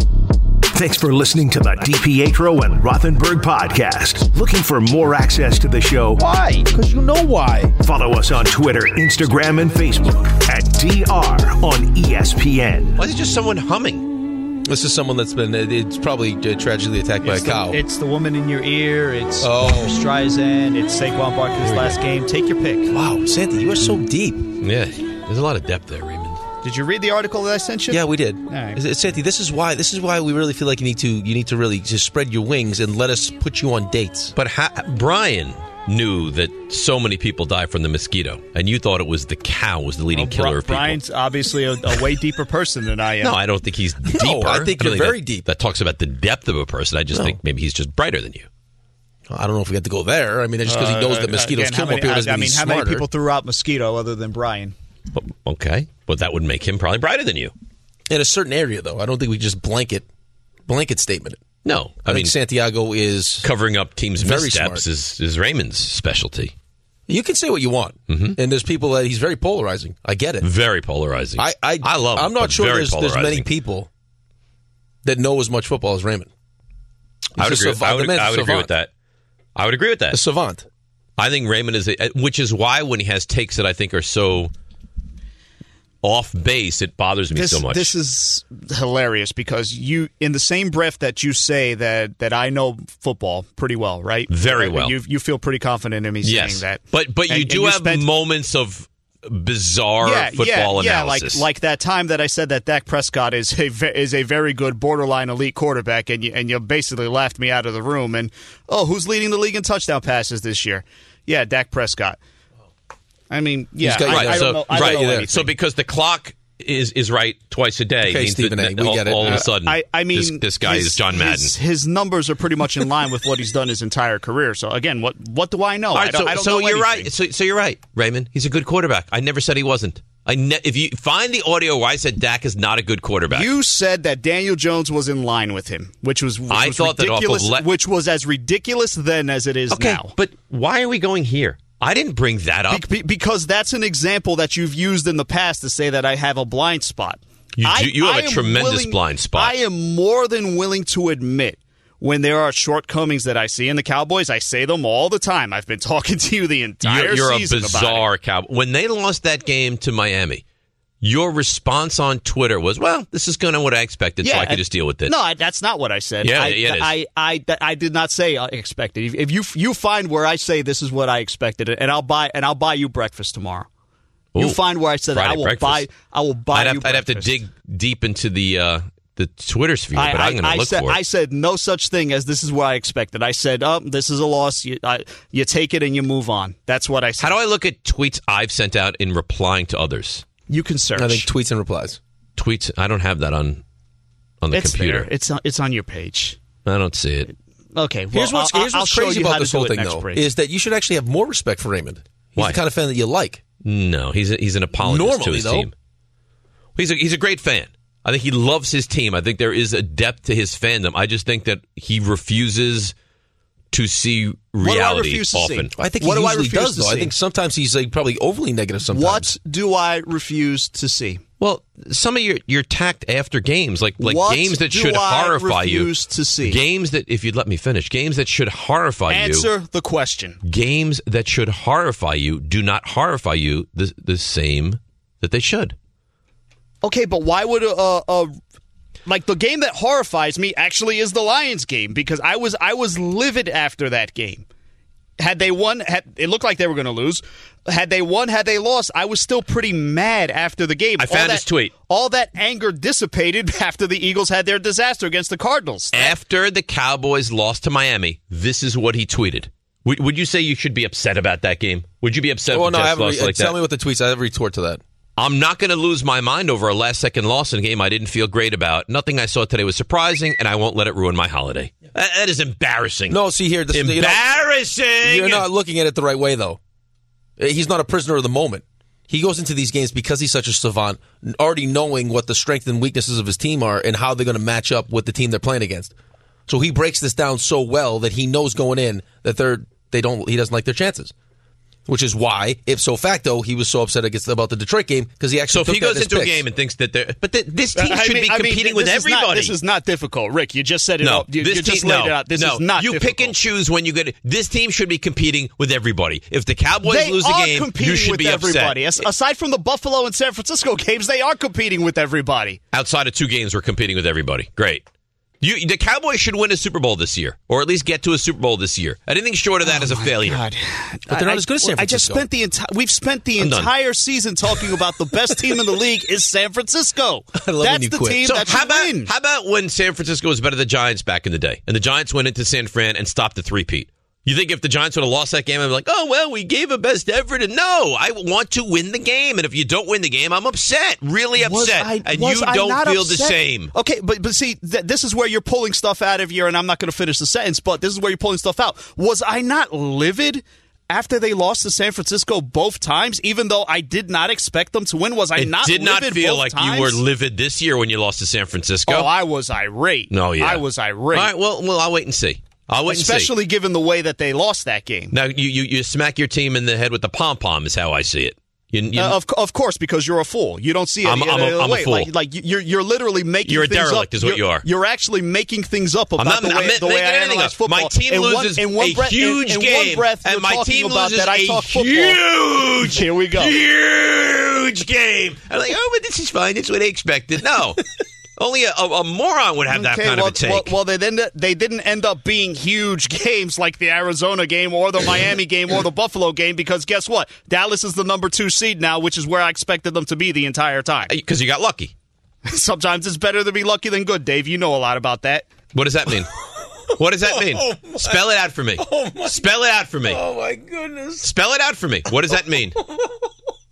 [SPEAKER 9] Thanks for listening to the DPetro and Rothenberg podcast. Looking for more access to the show? Why? Because you know why. Follow us on Twitter, Instagram, and Facebook at DR on E ESPN.
[SPEAKER 2] Why is it just someone humming? This is someone that's been, it- it's probably uh, tragically attacked by a
[SPEAKER 12] It's the,
[SPEAKER 2] cow.
[SPEAKER 12] it's the woman in your ear. It's
[SPEAKER 2] Oh.
[SPEAKER 12] Barbra Streisand. It's Saquon Barkley's last game. Take your pick.
[SPEAKER 2] Wow, Sandy, you are so deep.
[SPEAKER 3] Yeah, there's a lot of depth there, Raymond.
[SPEAKER 12] Did you read the article that I sent you?
[SPEAKER 2] Yeah, we did.
[SPEAKER 12] right.
[SPEAKER 2] Is it- Santi, this is why this is why we really feel like you need to you need to really just spread your wings and let us put you on dates.
[SPEAKER 3] But ha- Brian knew that so many people die from the mosquito, and you thought it was the cow was the
[SPEAKER 12] Oh,
[SPEAKER 3] leading killer of people.
[SPEAKER 12] Brian's obviously a, a way deeper person than I am.
[SPEAKER 3] No, I don't think he's deeper.
[SPEAKER 2] I think
[SPEAKER 3] don't
[SPEAKER 2] you're very
[SPEAKER 3] that-
[SPEAKER 2] deep.
[SPEAKER 3] That talks about the depth of a person. I just
[SPEAKER 2] No.
[SPEAKER 3] think maybe he's just brighter than you.
[SPEAKER 2] I don't know if we have to go there. I mean, just because
[SPEAKER 12] Uh,
[SPEAKER 2] he knows that
[SPEAKER 12] uh,
[SPEAKER 2] mosquitoes
[SPEAKER 12] again,
[SPEAKER 2] kill more
[SPEAKER 12] how many-
[SPEAKER 2] people
[SPEAKER 12] I-
[SPEAKER 2] doesn't
[SPEAKER 12] I
[SPEAKER 2] mean
[SPEAKER 12] mean,
[SPEAKER 2] he's
[SPEAKER 12] how
[SPEAKER 2] smarter.
[SPEAKER 12] many people threw out mosquito other than Brian?
[SPEAKER 3] Oh, Okay, but that would make him probably brighter than you.
[SPEAKER 2] In a certain area, though, I don't think we just blanket blanket statement. it.
[SPEAKER 3] No, I,
[SPEAKER 2] I
[SPEAKER 3] mean
[SPEAKER 2] think Santiago is
[SPEAKER 3] covering up teams'
[SPEAKER 2] very
[SPEAKER 3] missteps
[SPEAKER 2] smart.
[SPEAKER 3] is, is Raymond's specialty.
[SPEAKER 2] You can say what you want, and there's people that he's very polarizing. I get it.
[SPEAKER 3] Mm-hmm. Very polarizing.
[SPEAKER 2] I I,
[SPEAKER 3] I love. him,
[SPEAKER 2] I'm not
[SPEAKER 3] but
[SPEAKER 2] sure
[SPEAKER 3] very
[SPEAKER 2] there's, there's many
[SPEAKER 3] polarizing.
[SPEAKER 2] people that know as much football as Raymond.
[SPEAKER 3] I would
[SPEAKER 2] He's a
[SPEAKER 3] agree. with- I
[SPEAKER 2] savant.
[SPEAKER 3] would,
[SPEAKER 2] The man's a
[SPEAKER 3] I would agree
[SPEAKER 2] savant.
[SPEAKER 3] with that. I would agree with that.
[SPEAKER 2] A savant.
[SPEAKER 3] I think Raymond is, a, uh, which is why when he has takes that I think are so off base, it bothers me
[SPEAKER 12] this,
[SPEAKER 3] so much.
[SPEAKER 12] This is hilarious because you, in the same breath that you say that that I know football pretty well, right?
[SPEAKER 3] Very
[SPEAKER 12] Right?
[SPEAKER 3] well.
[SPEAKER 12] You you feel pretty confident in me
[SPEAKER 3] yes,
[SPEAKER 12] saying that.
[SPEAKER 3] but but you
[SPEAKER 12] And- and
[SPEAKER 3] do have
[SPEAKER 12] spent-
[SPEAKER 3] moments of bizarre football
[SPEAKER 12] yeah,
[SPEAKER 3] analysis.
[SPEAKER 12] Yeah, like like that time that I said that Dak Prescott is a ve- is a very good borderline elite quarterback, and you and you basically laughed me out of the room. And oh, who's leading the league in touchdown passes this year? Yeah, Dak Prescott. I mean, yeah, I, I don't
[SPEAKER 3] so,
[SPEAKER 12] know. I don't
[SPEAKER 3] right,
[SPEAKER 12] know
[SPEAKER 3] yeah.
[SPEAKER 12] anything.
[SPEAKER 3] So because the clock is is right twice a day,
[SPEAKER 12] Okay,
[SPEAKER 3] means
[SPEAKER 12] Stephen
[SPEAKER 3] that,
[SPEAKER 12] A,
[SPEAKER 3] that
[SPEAKER 12] we
[SPEAKER 3] all,
[SPEAKER 12] get it.
[SPEAKER 3] all of
[SPEAKER 12] Uh,
[SPEAKER 3] a sudden,
[SPEAKER 12] I- I
[SPEAKER 3] this,
[SPEAKER 12] mean,
[SPEAKER 3] this guy
[SPEAKER 12] his-
[SPEAKER 3] is John Madden.
[SPEAKER 12] His, his numbers are pretty much in line with what he's done his entire career. So again, what what do I know?
[SPEAKER 3] All
[SPEAKER 12] Oh, I
[SPEAKER 3] right,
[SPEAKER 12] don't,
[SPEAKER 3] so,
[SPEAKER 12] I don't
[SPEAKER 3] so
[SPEAKER 12] know
[SPEAKER 3] you're
[SPEAKER 12] anything.
[SPEAKER 3] right. So, so you're right, Raymond. He's a good quarterback. I never said he wasn't. I ne- if you find the audio where I said Dak is not a good quarterback,
[SPEAKER 12] You said that Daniel Jones was in line with him, which was, which
[SPEAKER 3] I
[SPEAKER 12] was
[SPEAKER 3] thought that off of
[SPEAKER 12] ridiculous,
[SPEAKER 3] le-
[SPEAKER 12] which was as ridiculous then as it is
[SPEAKER 3] okay,
[SPEAKER 12] now.
[SPEAKER 3] but why are we going here? I didn't bring that up.
[SPEAKER 12] Be- because that's an example that you've used in the past to say that I have a blind spot.
[SPEAKER 3] You
[SPEAKER 12] I-
[SPEAKER 3] do- you have
[SPEAKER 12] I
[SPEAKER 3] a
[SPEAKER 12] am
[SPEAKER 3] tremendous
[SPEAKER 12] willing-
[SPEAKER 3] blind spot.
[SPEAKER 12] I am more than willing to admit when there are shortcomings that I see in the Cowboys. I say them all the time. I've been talking to you the entire
[SPEAKER 3] You're, you're a
[SPEAKER 12] season about it.
[SPEAKER 3] bizarre cow. When they lost that game to Miami, your response on Twitter was, "Well, this is kind of what I expected, so I could
[SPEAKER 12] and-
[SPEAKER 3] just deal with it."
[SPEAKER 12] No, I- that's not what I said.
[SPEAKER 3] Yeah,
[SPEAKER 12] I,
[SPEAKER 3] yeah, it is.
[SPEAKER 12] I, I, that- I did not say I expected. If- If you you find where I say this is what I expected, and I'll buy and I'll buy you breakfast tomorrow.
[SPEAKER 3] Ooh,
[SPEAKER 12] you find where I said that,
[SPEAKER 3] Friday
[SPEAKER 12] I will
[SPEAKER 3] breakfast.
[SPEAKER 12] buy. I will buy
[SPEAKER 3] I'd
[SPEAKER 12] you.
[SPEAKER 3] have, I'd have to
[SPEAKER 12] breakfast.
[SPEAKER 3] dig deep into the uh, the Twitter sphere, but I'm going to look
[SPEAKER 12] said,
[SPEAKER 3] for it.
[SPEAKER 12] I said no such thing as this is what I expected. I said, oh, this is a loss. You, I, you take it and you move on. That's what I said.
[SPEAKER 3] How do I look at tweets I've sent out in replying to others?
[SPEAKER 12] You can search.
[SPEAKER 2] I think tweets and replies.
[SPEAKER 3] Tweets. I don't have that on on the
[SPEAKER 12] it's
[SPEAKER 3] computer.
[SPEAKER 12] There. It's on, it's on your page.
[SPEAKER 3] I don't see it.
[SPEAKER 12] Okay. Well,
[SPEAKER 2] Here's what's,
[SPEAKER 12] I'll,
[SPEAKER 2] here's
[SPEAKER 12] I'll
[SPEAKER 2] what's
[SPEAKER 12] show
[SPEAKER 2] crazy
[SPEAKER 12] you how
[SPEAKER 2] about
[SPEAKER 12] to
[SPEAKER 2] this
[SPEAKER 12] do
[SPEAKER 2] whole
[SPEAKER 12] it
[SPEAKER 2] thing,
[SPEAKER 12] next
[SPEAKER 2] though,
[SPEAKER 12] break.
[SPEAKER 2] is that you should actually have more respect for Raymond. He's
[SPEAKER 3] Why?
[SPEAKER 2] the kind of fan that you like.
[SPEAKER 3] No, he's a, he's an apologist to
[SPEAKER 2] Normally,
[SPEAKER 3] his
[SPEAKER 2] though.
[SPEAKER 3] team. He's a, he's a great fan. I think he loves his team. I think there is a depth to his fandom. I just think that he refuses to see
[SPEAKER 12] do I
[SPEAKER 3] reality
[SPEAKER 12] refuse to see?
[SPEAKER 3] often.
[SPEAKER 2] I think
[SPEAKER 12] What
[SPEAKER 2] he
[SPEAKER 12] do I
[SPEAKER 2] usually
[SPEAKER 12] refuse
[SPEAKER 2] does,
[SPEAKER 12] to
[SPEAKER 2] though. I
[SPEAKER 12] see?
[SPEAKER 2] think sometimes he's like probably overly negative sometimes.
[SPEAKER 12] What do I refuse to see?
[SPEAKER 3] Well, some of your your tact after games, like like
[SPEAKER 12] What
[SPEAKER 3] games that
[SPEAKER 12] do
[SPEAKER 3] should
[SPEAKER 12] I
[SPEAKER 3] horrify you,
[SPEAKER 12] refuse to see?
[SPEAKER 3] games that if you'd let me finish, games that should horrify
[SPEAKER 12] Answer the question.
[SPEAKER 3] you, games that should horrify you, do not horrify you the the same that they should.
[SPEAKER 12] Okay, but why would a, a, a like the game that horrifies me actually is the Lions game because I was I was livid after that game. Had they won, had, it looked like they were going to lose. Had they won, had they lost, I was still pretty mad after the game.
[SPEAKER 3] I found his tweet.
[SPEAKER 12] All that anger dissipated after the Eagles had their disaster against the Cardinals.
[SPEAKER 3] After the Cowboys lost to Miami, this is what he tweeted. Would, would you say you should be upset about that game? Would you be upset?
[SPEAKER 12] Oh,
[SPEAKER 2] Well,
[SPEAKER 3] if the
[SPEAKER 2] no, I
[SPEAKER 3] Jets
[SPEAKER 2] haven't
[SPEAKER 3] lost
[SPEAKER 2] re-
[SPEAKER 3] like
[SPEAKER 2] tell
[SPEAKER 3] that?
[SPEAKER 2] me what the tweets. I have a retort to that.
[SPEAKER 3] I'm not going to lose my mind over a last second loss in a game I didn't feel great about. Nothing I saw today was surprising, and I won't let it ruin my holiday. That, that is embarrassing.
[SPEAKER 2] No, see here, this you know-
[SPEAKER 3] embarrassing.
[SPEAKER 2] You're not looking at it the right way, though. Uh, He's not a prisoner of the moment. He goes into these games because he's such a savant, n- already knowing what the strengths and weaknesses of his team are and how they're going to match up with the team they're playing against. So he breaks this down so well that he knows going in that they're they don't he doesn't like their chances. Which is why, if so facto, he was so upset against about the Detroit game because he
[SPEAKER 3] so
[SPEAKER 2] actually
[SPEAKER 3] if he
[SPEAKER 2] took that
[SPEAKER 3] goes
[SPEAKER 2] as
[SPEAKER 3] into a
[SPEAKER 2] picks.
[SPEAKER 3] game and thinks that they're, but th- this team
[SPEAKER 12] I
[SPEAKER 3] should
[SPEAKER 12] mean-
[SPEAKER 3] be
[SPEAKER 12] I mean,
[SPEAKER 3] competing with
[SPEAKER 12] this is not-
[SPEAKER 3] everybody.
[SPEAKER 12] this is not difficult, Rick. You just set it up. You,
[SPEAKER 3] this
[SPEAKER 12] you just
[SPEAKER 3] team-
[SPEAKER 12] laid
[SPEAKER 3] no,
[SPEAKER 12] it out. This
[SPEAKER 3] no.
[SPEAKER 12] is not.
[SPEAKER 3] You
[SPEAKER 12] difficult.
[SPEAKER 3] pick and choose when you get. This team should be competing with everybody. If the Cowboys
[SPEAKER 12] they
[SPEAKER 3] lose
[SPEAKER 12] are
[SPEAKER 3] a game,
[SPEAKER 12] competing
[SPEAKER 3] you should
[SPEAKER 12] with
[SPEAKER 3] be
[SPEAKER 12] everybody.
[SPEAKER 3] upset.
[SPEAKER 12] As- Aside from the Buffalo and San Francisco games, they are competing with everybody.
[SPEAKER 3] Outside of two games, we're competing with everybody. Great. You, the Cowboys should win a Super Bowl this year, or at least get to a Super Bowl this year. Anything short of that is a failure.
[SPEAKER 12] I- Oh I- I just spent the entire. We've spent the
[SPEAKER 3] I'm done.
[SPEAKER 12] entire season talking about the best team in the league is San Francisco. That's the team
[SPEAKER 3] So
[SPEAKER 12] that
[SPEAKER 3] how
[SPEAKER 12] should
[SPEAKER 3] about
[SPEAKER 12] win.
[SPEAKER 3] how about when San Francisco was better than the Giants back in the day, and the Giants went into San Fran and stopped the three-peat? You think if the Giants would have lost that game, I'd be like, oh well, we gave a best effort, and no, I want to win the game, and if you don't win the game, I'm upset, really upset,
[SPEAKER 12] Was I-
[SPEAKER 3] and
[SPEAKER 12] was
[SPEAKER 3] you
[SPEAKER 12] I
[SPEAKER 3] don't
[SPEAKER 12] not
[SPEAKER 3] feel the
[SPEAKER 12] upset?
[SPEAKER 3] same.
[SPEAKER 12] Okay, but but see, th- this is where you're pulling stuff out of your, and I'm not going to finish the sentence, but this is where you're pulling stuff out. Was I not livid? After they lost to San Francisco both times, even though I did not expect them to win, was I
[SPEAKER 3] It
[SPEAKER 12] not
[SPEAKER 3] did not
[SPEAKER 12] livid
[SPEAKER 3] feel
[SPEAKER 12] both
[SPEAKER 3] like
[SPEAKER 12] times?
[SPEAKER 3] you were livid this year when you lost to San Francisco.
[SPEAKER 12] Oh, I was irate.
[SPEAKER 3] No, yeah.
[SPEAKER 12] I was irate.
[SPEAKER 3] All right, well, well, I'll wait and see. I'll wait and see.
[SPEAKER 12] Especially given the way that they lost that game.
[SPEAKER 3] Now you, you you smack your team in the head with the pom pom is how I see it. You, you-
[SPEAKER 12] Uh, of, of course, because you're a fool. You don't see it.
[SPEAKER 3] I'm-
[SPEAKER 12] any
[SPEAKER 3] I'm a-
[SPEAKER 12] other
[SPEAKER 3] I'm a
[SPEAKER 12] way.
[SPEAKER 3] fool.
[SPEAKER 12] Like, like you're you're literally making.
[SPEAKER 3] You're a
[SPEAKER 12] things
[SPEAKER 3] derelict
[SPEAKER 12] up.
[SPEAKER 3] is what you are.
[SPEAKER 12] You're actually making things up about
[SPEAKER 3] not-
[SPEAKER 12] the way,
[SPEAKER 3] I'm not
[SPEAKER 12] the way
[SPEAKER 3] making
[SPEAKER 12] I
[SPEAKER 3] anything
[SPEAKER 12] analyze
[SPEAKER 3] up.
[SPEAKER 12] football.
[SPEAKER 3] My team
[SPEAKER 12] in one,
[SPEAKER 3] loses
[SPEAKER 12] in one
[SPEAKER 3] a
[SPEAKER 12] breath, in-
[SPEAKER 3] huge
[SPEAKER 12] in,
[SPEAKER 3] game,
[SPEAKER 12] one breath,
[SPEAKER 3] and
[SPEAKER 12] you're
[SPEAKER 3] my
[SPEAKER 12] talking
[SPEAKER 3] team
[SPEAKER 12] about
[SPEAKER 3] loses
[SPEAKER 12] that I
[SPEAKER 3] a
[SPEAKER 12] talk football.
[SPEAKER 3] huge-
[SPEAKER 12] Here we go.
[SPEAKER 3] Huge game. I'm like, oh, but this is fine. It's what I expected. No, only a, a, a moron would have that
[SPEAKER 12] Okay,
[SPEAKER 3] kind
[SPEAKER 12] well,
[SPEAKER 3] of a take.
[SPEAKER 12] Well, well, they then they didn't end up being huge games like the Arizona game or the Miami game or the Buffalo game because guess what? Dallas is the number two seed now, which is where I expected them to be the entire time.
[SPEAKER 3] Because Uh, you got lucky.
[SPEAKER 12] Sometimes it's better to be lucky than good, Dave. You know a lot about that.
[SPEAKER 3] What does that mean? what does that mean? Spell it out for me. Spell it out for me.
[SPEAKER 2] my goodness!
[SPEAKER 3] Spell it out for me. What does that mean?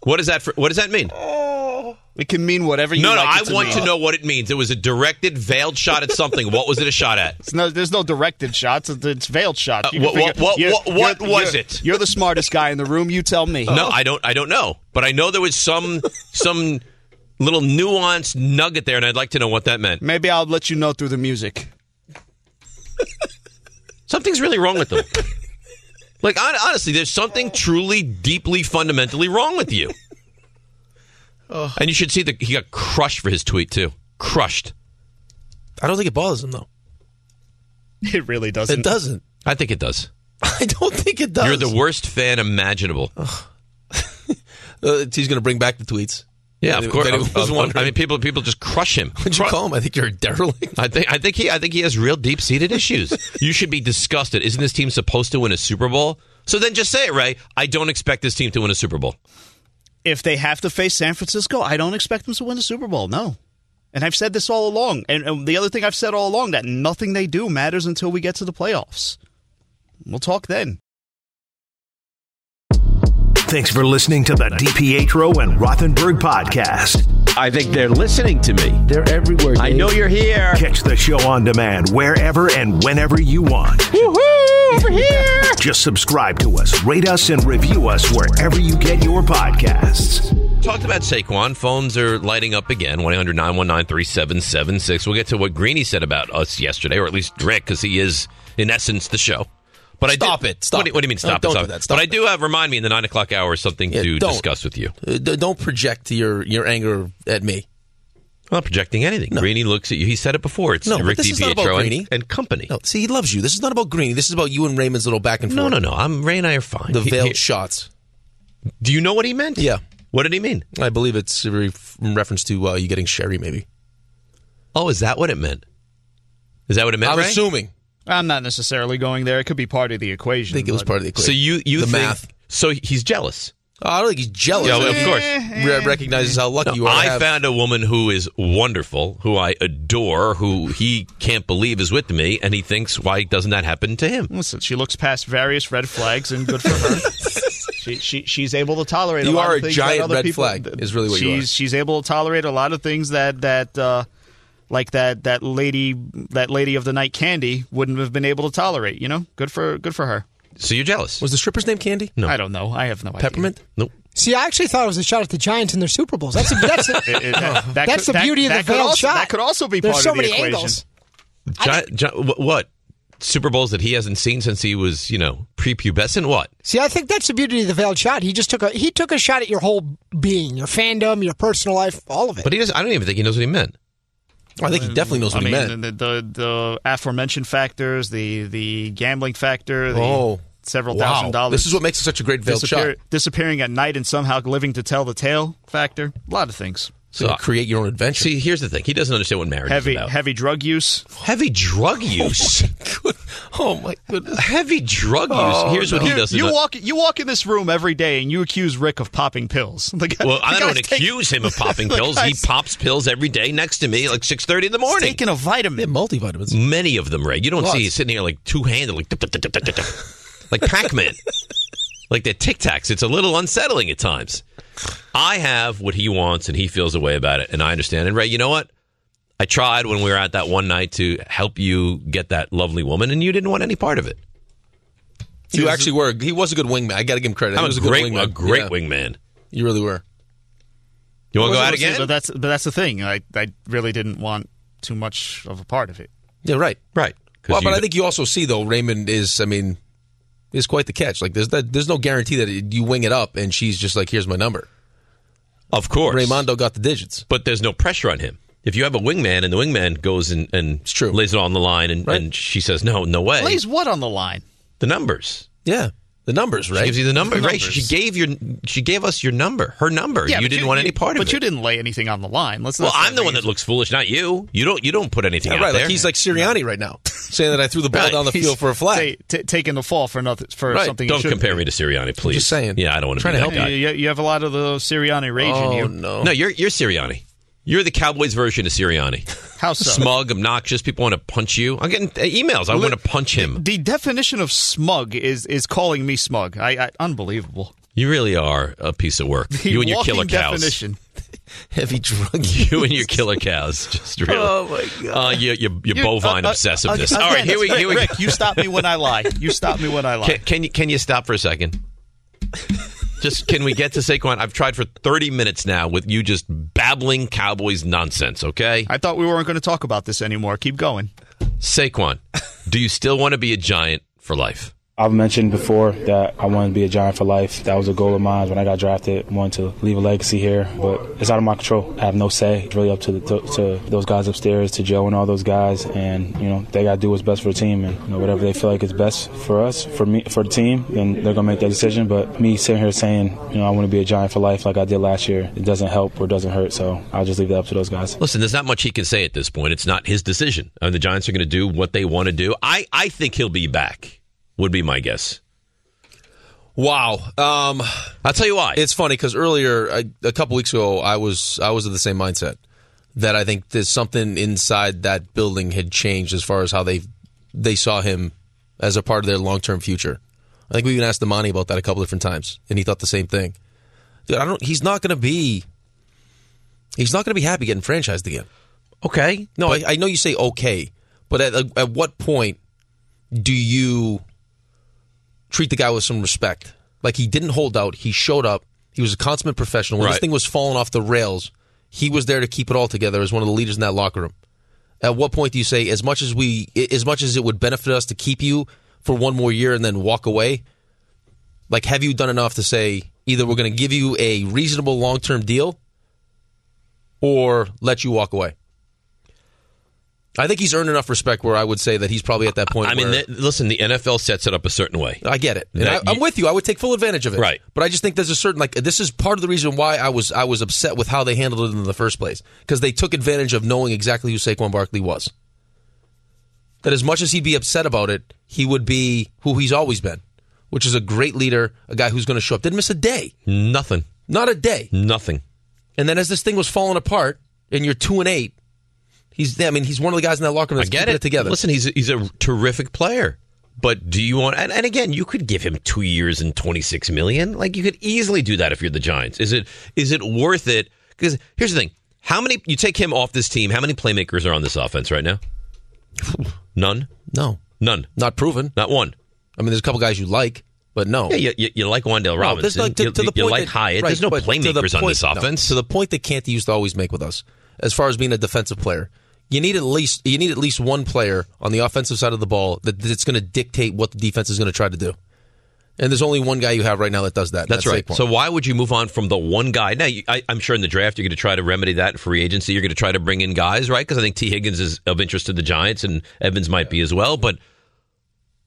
[SPEAKER 3] What does that? For, what does that mean?
[SPEAKER 2] Oh.
[SPEAKER 12] It can mean whatever you
[SPEAKER 3] No, no.
[SPEAKER 12] like
[SPEAKER 3] I
[SPEAKER 12] it to
[SPEAKER 3] want
[SPEAKER 12] mean.
[SPEAKER 3] to know what it means. It was a directed, veiled shot at something. what was it a shot at?
[SPEAKER 12] It's no, there's no directed shots. It's, it's veiled shots. You
[SPEAKER 3] Uh,
[SPEAKER 12] can
[SPEAKER 3] what-
[SPEAKER 12] figure-
[SPEAKER 3] what-
[SPEAKER 12] you're-
[SPEAKER 3] what- what
[SPEAKER 12] you're-
[SPEAKER 3] was
[SPEAKER 12] you're-
[SPEAKER 3] it?
[SPEAKER 12] You're the smartest guy in the room. You tell me.
[SPEAKER 3] No, I don't. I don't know, but I know there was some some little nuanced nugget there, and I'd like to know what that meant.
[SPEAKER 12] Maybe I'll let you know through the music.
[SPEAKER 3] Something's really wrong with them. like hon- honestly, there's something truly, deeply, fundamentally wrong with you. And you should see that he got crushed for his tweet too. Crushed.
[SPEAKER 2] I don't think it bothers him though.
[SPEAKER 12] It really doesn't.
[SPEAKER 2] It doesn't.
[SPEAKER 3] I think it does.
[SPEAKER 2] I don't think it does.
[SPEAKER 3] You're the worst fan imaginable.
[SPEAKER 2] Uh, he's going to bring back the tweets.
[SPEAKER 3] Yeah, of
[SPEAKER 2] That-
[SPEAKER 3] course.
[SPEAKER 2] that he
[SPEAKER 3] Of-
[SPEAKER 2] was
[SPEAKER 3] of-
[SPEAKER 2] wondering.
[SPEAKER 3] I mean, people people just crush him.
[SPEAKER 2] What'd you call him? I think you're a derelict.
[SPEAKER 3] I think I think he I think he has real deep seated issues. you should be disgusted. Isn't this team supposed to win a Super Bowl? So then just say it, Ray. I don't expect this team to win a Super Bowl.
[SPEAKER 12] If they have to face San Francisco, I don't expect them to win the Super Bowl. No. And I've said this all along. And, and the other thing I've said all along that nothing they do matters until we get to the playoffs. We'll talk then.
[SPEAKER 9] Thanks for listening to the DPetro and Rothenberg podcast. I think they're listening to me. They're everywhere.
[SPEAKER 13] I Dave. know you're
[SPEAKER 9] here. Catch the show on demand wherever and whenever you want. Woohoo! Over here. Just subscribe to us, rate us, and review us wherever you get your podcasts.
[SPEAKER 3] Talked about Saquon. Phones are lighting up again. 1 800 919 3776. We'll get to what Greeny said about us yesterday, or at least Rick, because he is, in essence, the show. But
[SPEAKER 2] Stop
[SPEAKER 3] I did,
[SPEAKER 2] it, stop
[SPEAKER 3] what, do you- what do you mean,
[SPEAKER 2] it.
[SPEAKER 3] stop
[SPEAKER 2] Don't
[SPEAKER 3] it? Stop
[SPEAKER 2] do
[SPEAKER 3] it.
[SPEAKER 2] that, stop
[SPEAKER 3] but I
[SPEAKER 2] it.
[SPEAKER 3] do have, remind me in the 9 o'clock hour, something
[SPEAKER 2] Yeah,
[SPEAKER 3] to
[SPEAKER 2] don't.
[SPEAKER 3] discuss with you.
[SPEAKER 2] Uh, d- don't project your your anger at me.
[SPEAKER 3] I'm not projecting anything. Greeny looks at you. He said it before. It's
[SPEAKER 2] No, but
[SPEAKER 3] Rick
[SPEAKER 2] this is not about
[SPEAKER 3] DiPietro and-
[SPEAKER 2] Greeny.
[SPEAKER 3] and, company.
[SPEAKER 2] No, see, he loves you. This is not about Greeny. This is about you and Raymond's little back and
[SPEAKER 3] No,
[SPEAKER 2] forth.
[SPEAKER 3] no, no. I'm Ray and I are fine.
[SPEAKER 2] The
[SPEAKER 3] He-
[SPEAKER 2] veiled
[SPEAKER 3] he-
[SPEAKER 2] shots.
[SPEAKER 3] Do you know what he meant?
[SPEAKER 2] Yeah.
[SPEAKER 3] What did he mean?
[SPEAKER 2] I believe it's a re- in reference to uh, you getting sherry, maybe.
[SPEAKER 3] Oh, is that what it meant? Is that what it meant?
[SPEAKER 2] I'm
[SPEAKER 3] Ray?
[SPEAKER 2] assuming.
[SPEAKER 12] I'm not necessarily going there. It could be part of the equation. I think
[SPEAKER 2] it was part of the equation.
[SPEAKER 3] So you you
[SPEAKER 2] The
[SPEAKER 3] think,
[SPEAKER 2] math.
[SPEAKER 3] So he's jealous.
[SPEAKER 2] Oh, I don't think he's jealous.
[SPEAKER 3] Yeah, well, of course.
[SPEAKER 2] Re- recognizes how lucky
[SPEAKER 3] No,
[SPEAKER 2] you are. to
[SPEAKER 3] I
[SPEAKER 2] have-
[SPEAKER 3] found a woman who is wonderful, who I adore, who he can't believe is with me, and he thinks, why doesn't that happen to him?
[SPEAKER 12] Listen, she looks past various red flags, and good for her. she, she she's able to tolerate.
[SPEAKER 2] You
[SPEAKER 12] a lot
[SPEAKER 2] are
[SPEAKER 12] of
[SPEAKER 2] a
[SPEAKER 12] things
[SPEAKER 2] giant
[SPEAKER 12] that other
[SPEAKER 2] red
[SPEAKER 12] people,
[SPEAKER 2] flag, is really what
[SPEAKER 12] she's
[SPEAKER 2] you are.
[SPEAKER 12] she's able to tolerate a lot of things that that uh, like that that lady that lady of the night Candy wouldn't have been able to tolerate. You know, good for good for her.
[SPEAKER 3] So you're jealous?
[SPEAKER 12] Was the stripper's name Candy?
[SPEAKER 3] No,
[SPEAKER 12] I don't know. I have no idea.
[SPEAKER 3] Peppermint? Nope.
[SPEAKER 5] See, I actually thought it was a shot at the Giants in their Super Bowls. That's a, that's a,
[SPEAKER 12] It- it- that- that
[SPEAKER 5] that's
[SPEAKER 12] could-
[SPEAKER 5] the
[SPEAKER 12] that-
[SPEAKER 5] beauty of
[SPEAKER 12] that
[SPEAKER 5] the
[SPEAKER 12] could
[SPEAKER 5] veiled
[SPEAKER 12] also-
[SPEAKER 5] shot.
[SPEAKER 12] that could also be
[SPEAKER 5] There's
[SPEAKER 12] part
[SPEAKER 5] so
[SPEAKER 12] of the
[SPEAKER 5] many
[SPEAKER 12] equation.
[SPEAKER 5] angles.
[SPEAKER 3] John, John, wh- what Super Bowls that he hasn't seen since he was, you know, prepubescent? What?
[SPEAKER 5] See, I think that's the beauty of the veiled shot. He just took a he took a shot at your whole being, your fandom, your personal life, all of it.
[SPEAKER 3] But he doesn't. I don't even think he knows what he meant.
[SPEAKER 2] I think he definitely knows
[SPEAKER 12] I
[SPEAKER 2] what he
[SPEAKER 12] mean, uh,
[SPEAKER 2] meant.
[SPEAKER 12] The, the the aforementioned factors, the the gambling factor, the
[SPEAKER 2] Oh.
[SPEAKER 12] several
[SPEAKER 2] Wow.
[SPEAKER 12] thousand dollars.
[SPEAKER 2] This is what makes it such a great veiled
[SPEAKER 12] Disappear-
[SPEAKER 2] shot.
[SPEAKER 12] Disappearing at night and somehow living to tell the tale factor. A lot of things.
[SPEAKER 3] So create your own adventure. See, here's the thing. He doesn't understand what marriage
[SPEAKER 12] heavy
[SPEAKER 3] is about.
[SPEAKER 12] heavy drug use.
[SPEAKER 3] Heavy drug use. Oh my goodness. Oh, Heavy drug use. here's what he
[SPEAKER 12] You-
[SPEAKER 3] doesn't
[SPEAKER 12] You
[SPEAKER 3] know.
[SPEAKER 12] walk you walk in this room every day and you accuse Rick of popping pills. The guy-
[SPEAKER 3] Well,
[SPEAKER 12] the
[SPEAKER 3] I don't
[SPEAKER 12] guy's taking-
[SPEAKER 3] accuse him of popping
[SPEAKER 12] the
[SPEAKER 3] pills. He
[SPEAKER 12] guy's-
[SPEAKER 3] pops pills every day next to me, like six thirty in the morning.
[SPEAKER 12] taking a vitamin,
[SPEAKER 2] multivitamins,
[SPEAKER 3] many of them. Right? You don't see
[SPEAKER 2] Lots.
[SPEAKER 3] he's sitting here like two handed, like dup, dup, dup, dup, dup, dup, like Pac Man, like the Tic Tacs. It's a little unsettling at times. I have what he wants, and he feels a way about it, and I understand. And Ray, you know what? I tried when we were out that one night to help you get that lovely woman, and you didn't want any part of it.
[SPEAKER 2] You actually were. He was a good wingman. I got to give him credit.
[SPEAKER 3] I'm
[SPEAKER 2] he
[SPEAKER 3] a
[SPEAKER 2] was a
[SPEAKER 3] great-
[SPEAKER 2] good wingman.
[SPEAKER 3] a great
[SPEAKER 2] Yeah.
[SPEAKER 3] wingman.
[SPEAKER 2] You really were.
[SPEAKER 3] You want to go
[SPEAKER 12] Well,
[SPEAKER 3] out
[SPEAKER 12] see,
[SPEAKER 3] again?
[SPEAKER 12] But that's but that's the thing. I I really didn't want too much of a part of it.
[SPEAKER 2] Yeah, right.
[SPEAKER 3] Right.
[SPEAKER 2] Well, but
[SPEAKER 12] you-
[SPEAKER 2] I think you also see though Raymond is. I mean, is quite the catch. Like there's that, there's no guarantee that you wing it up and she's just like, here's my number.
[SPEAKER 3] Of course.
[SPEAKER 2] Raimondo got the digits.
[SPEAKER 3] But there's no pressure on him. If you have a wingman and the wingman goes and, and lays it all on the line and, and she says, no, no way.
[SPEAKER 12] Lays what on the line?
[SPEAKER 3] the numbers.
[SPEAKER 2] Yeah. The numbers, right?
[SPEAKER 3] She gives you the number,
[SPEAKER 12] The
[SPEAKER 3] right? She
[SPEAKER 12] numbers.
[SPEAKER 3] gave your she gave us your number, her number.
[SPEAKER 12] Yeah,
[SPEAKER 3] you
[SPEAKER 12] but
[SPEAKER 3] didn't want any part
[SPEAKER 12] but
[SPEAKER 3] of it.
[SPEAKER 12] you didn't lay anything on the line. Let's.
[SPEAKER 3] well,
[SPEAKER 12] let's
[SPEAKER 3] I'm the one that looks foolish, not you. You don't you don't put anything
[SPEAKER 2] Yeah,
[SPEAKER 3] out
[SPEAKER 2] right.
[SPEAKER 3] there.
[SPEAKER 2] Like he's like Sirianni right now, saying that I threw the ball
[SPEAKER 3] Right.
[SPEAKER 2] down the
[SPEAKER 3] He's-
[SPEAKER 2] field for a flag.
[SPEAKER 12] ta- ta- taking the fall for nothing for
[SPEAKER 3] Right.
[SPEAKER 12] something.
[SPEAKER 3] Don't compare me to Sirianni, please.
[SPEAKER 2] just saying.
[SPEAKER 3] Yeah, I don't want to
[SPEAKER 2] Trying
[SPEAKER 3] be
[SPEAKER 2] to
[SPEAKER 3] that
[SPEAKER 2] help
[SPEAKER 3] guy.
[SPEAKER 12] You, Oh, you- you have a lot of the Sirianni rage in you.
[SPEAKER 3] Oh, No, you're you're Sirianni. You're the Cowboys version of Sirianni.
[SPEAKER 12] How so?
[SPEAKER 3] Smug, obnoxious. People want to punch you. I'm getting uh, emails. I
[SPEAKER 12] Li-
[SPEAKER 3] want to punch him.
[SPEAKER 12] The definition of smug is is calling me smug. I, I unbelievable.
[SPEAKER 3] You really are a piece of work.
[SPEAKER 12] The
[SPEAKER 3] you and your
[SPEAKER 12] walking
[SPEAKER 3] killer cows.
[SPEAKER 12] definition.
[SPEAKER 2] Heavy drug.
[SPEAKER 3] You and your killer cows. Just really.
[SPEAKER 12] Oh,
[SPEAKER 3] my god. Uh, your your, your
[SPEAKER 12] You-
[SPEAKER 3] bovine
[SPEAKER 12] uh, uh,
[SPEAKER 3] obsessiveness.
[SPEAKER 12] uh,
[SPEAKER 3] All right, here we
[SPEAKER 12] Rick,
[SPEAKER 3] here we
[SPEAKER 12] Rick, you stop me when I lie. You stop me when I lie.
[SPEAKER 3] Can, can you can you stop for a second? just can we get to Saquon? I've tried for 30 minutes now with you just babbling Cowboys nonsense, okay?
[SPEAKER 12] I thought we weren't going to talk about this anymore. Keep going.
[SPEAKER 3] Saquon, do you still want to be a giant for life?
[SPEAKER 13] I've mentioned before that I wanted to be a Giant for life. That was a goal of mine when I got drafted. I wanted to leave a legacy here, but it's out of my control. I have no say. It's really up to, to to those guys upstairs, to Joe and all those guys, and you know they got to do what's best for the team, and you know whatever they feel like is best for us, for me, for the team, then they're gonna make that decision. But me sitting here saying, you know, I want to be a Giant for life like I did last year, it doesn't help or doesn't hurt. So I'll just leave that up to those guys.
[SPEAKER 3] Listen, there's not much he can say at this point. It's not his decision. I mean, the Giants are going to do what they want to do. I, I think he'll be back. Would be my guess.
[SPEAKER 2] Wow. Um,
[SPEAKER 3] I'll tell you why.
[SPEAKER 2] It's funny because earlier, I, a couple weeks ago, I was I was of the same mindset that I think there's something inside that building had changed as far as how they they saw him as a part of their long term future. I think we even asked Damani about that a couple different times, and he thought the same thing. Dude, I don't. He's not going to be. He's not going to be happy getting franchised again.
[SPEAKER 3] Okay.
[SPEAKER 2] No, I, I know you say okay, but at at what point do you treat the guy with some respect? Like he didn't hold out. He showed up. He was a consummate professional. When this
[SPEAKER 3] Right.
[SPEAKER 2] thing was falling off the rails, he was there to keep it all together as one of the leaders in that locker room. At what point do you say, as much as we, as much as it would benefit us to keep you for one more year and then walk away? Like, have you done enough to say either we're going to give you a reasonable long term deal, or let you walk away? I think he's earned enough respect where I would say that he's probably at that point.
[SPEAKER 3] I mean,
[SPEAKER 2] where-
[SPEAKER 3] th- listen, the NFL sets it up a certain way.
[SPEAKER 2] I get it. And I,
[SPEAKER 3] That
[SPEAKER 2] I'm with you. I would take full advantage of it.
[SPEAKER 3] Right.
[SPEAKER 2] But I just think there's a certain like this is part of the reason why I was I was upset with how they handled it in the first place because they took advantage of knowing exactly who Saquon Barkley was. that as much as he'd be upset about it, he would be who he's always been, which is a great leader, a guy who's going to show up. Didn't miss a day.
[SPEAKER 3] Nothing.
[SPEAKER 2] Not a day.
[SPEAKER 3] Nothing.
[SPEAKER 2] And then as this thing was falling apart, and you're two and eight, he's. I mean, he's one of the guys in that locker room that's
[SPEAKER 3] I get
[SPEAKER 2] keeping
[SPEAKER 3] it.
[SPEAKER 2] it. together.
[SPEAKER 3] Listen, he's a, he's a terrific player. But do you want? And, and again, you could give him two years and twenty six million. Like you could easily do that if you're the Giants. Is it is it worth it? Because here's the thing: how many you take him off this team? How many playmakers are on this offense right now? None.
[SPEAKER 2] No.
[SPEAKER 3] None.
[SPEAKER 2] Not proven.
[SPEAKER 3] Not one.
[SPEAKER 2] I mean, there's a couple guys you like, but no.
[SPEAKER 3] Yeah, you, you, you like Wandale
[SPEAKER 2] No,
[SPEAKER 3] Robinson.
[SPEAKER 2] Oh. there's like to,
[SPEAKER 3] you
[SPEAKER 2] to the
[SPEAKER 3] you
[SPEAKER 2] point
[SPEAKER 3] like
[SPEAKER 2] that-
[SPEAKER 3] Hyatt.
[SPEAKER 2] right,
[SPEAKER 3] there's no
[SPEAKER 2] but to the
[SPEAKER 3] playmakers on
[SPEAKER 2] point-
[SPEAKER 3] this
[SPEAKER 2] no,
[SPEAKER 3] offense.
[SPEAKER 2] to the point that Canty used to always make with us, as far as being a defensive player, you need at least you need at least one player on the offensive side of the ball that that's going to dictate what the defense is going to try to do. And there's only one guy you have right now that does that. and
[SPEAKER 3] That's, right.
[SPEAKER 2] Saquon.
[SPEAKER 3] So why would you move on from the one guy? Now, you, I, I'm sure in the draft you're going to try to remedy that in free agency. You're going to try to bring in guys, right? Because I think T. Higgins is of interest to the Giants, and Evans might be as well. But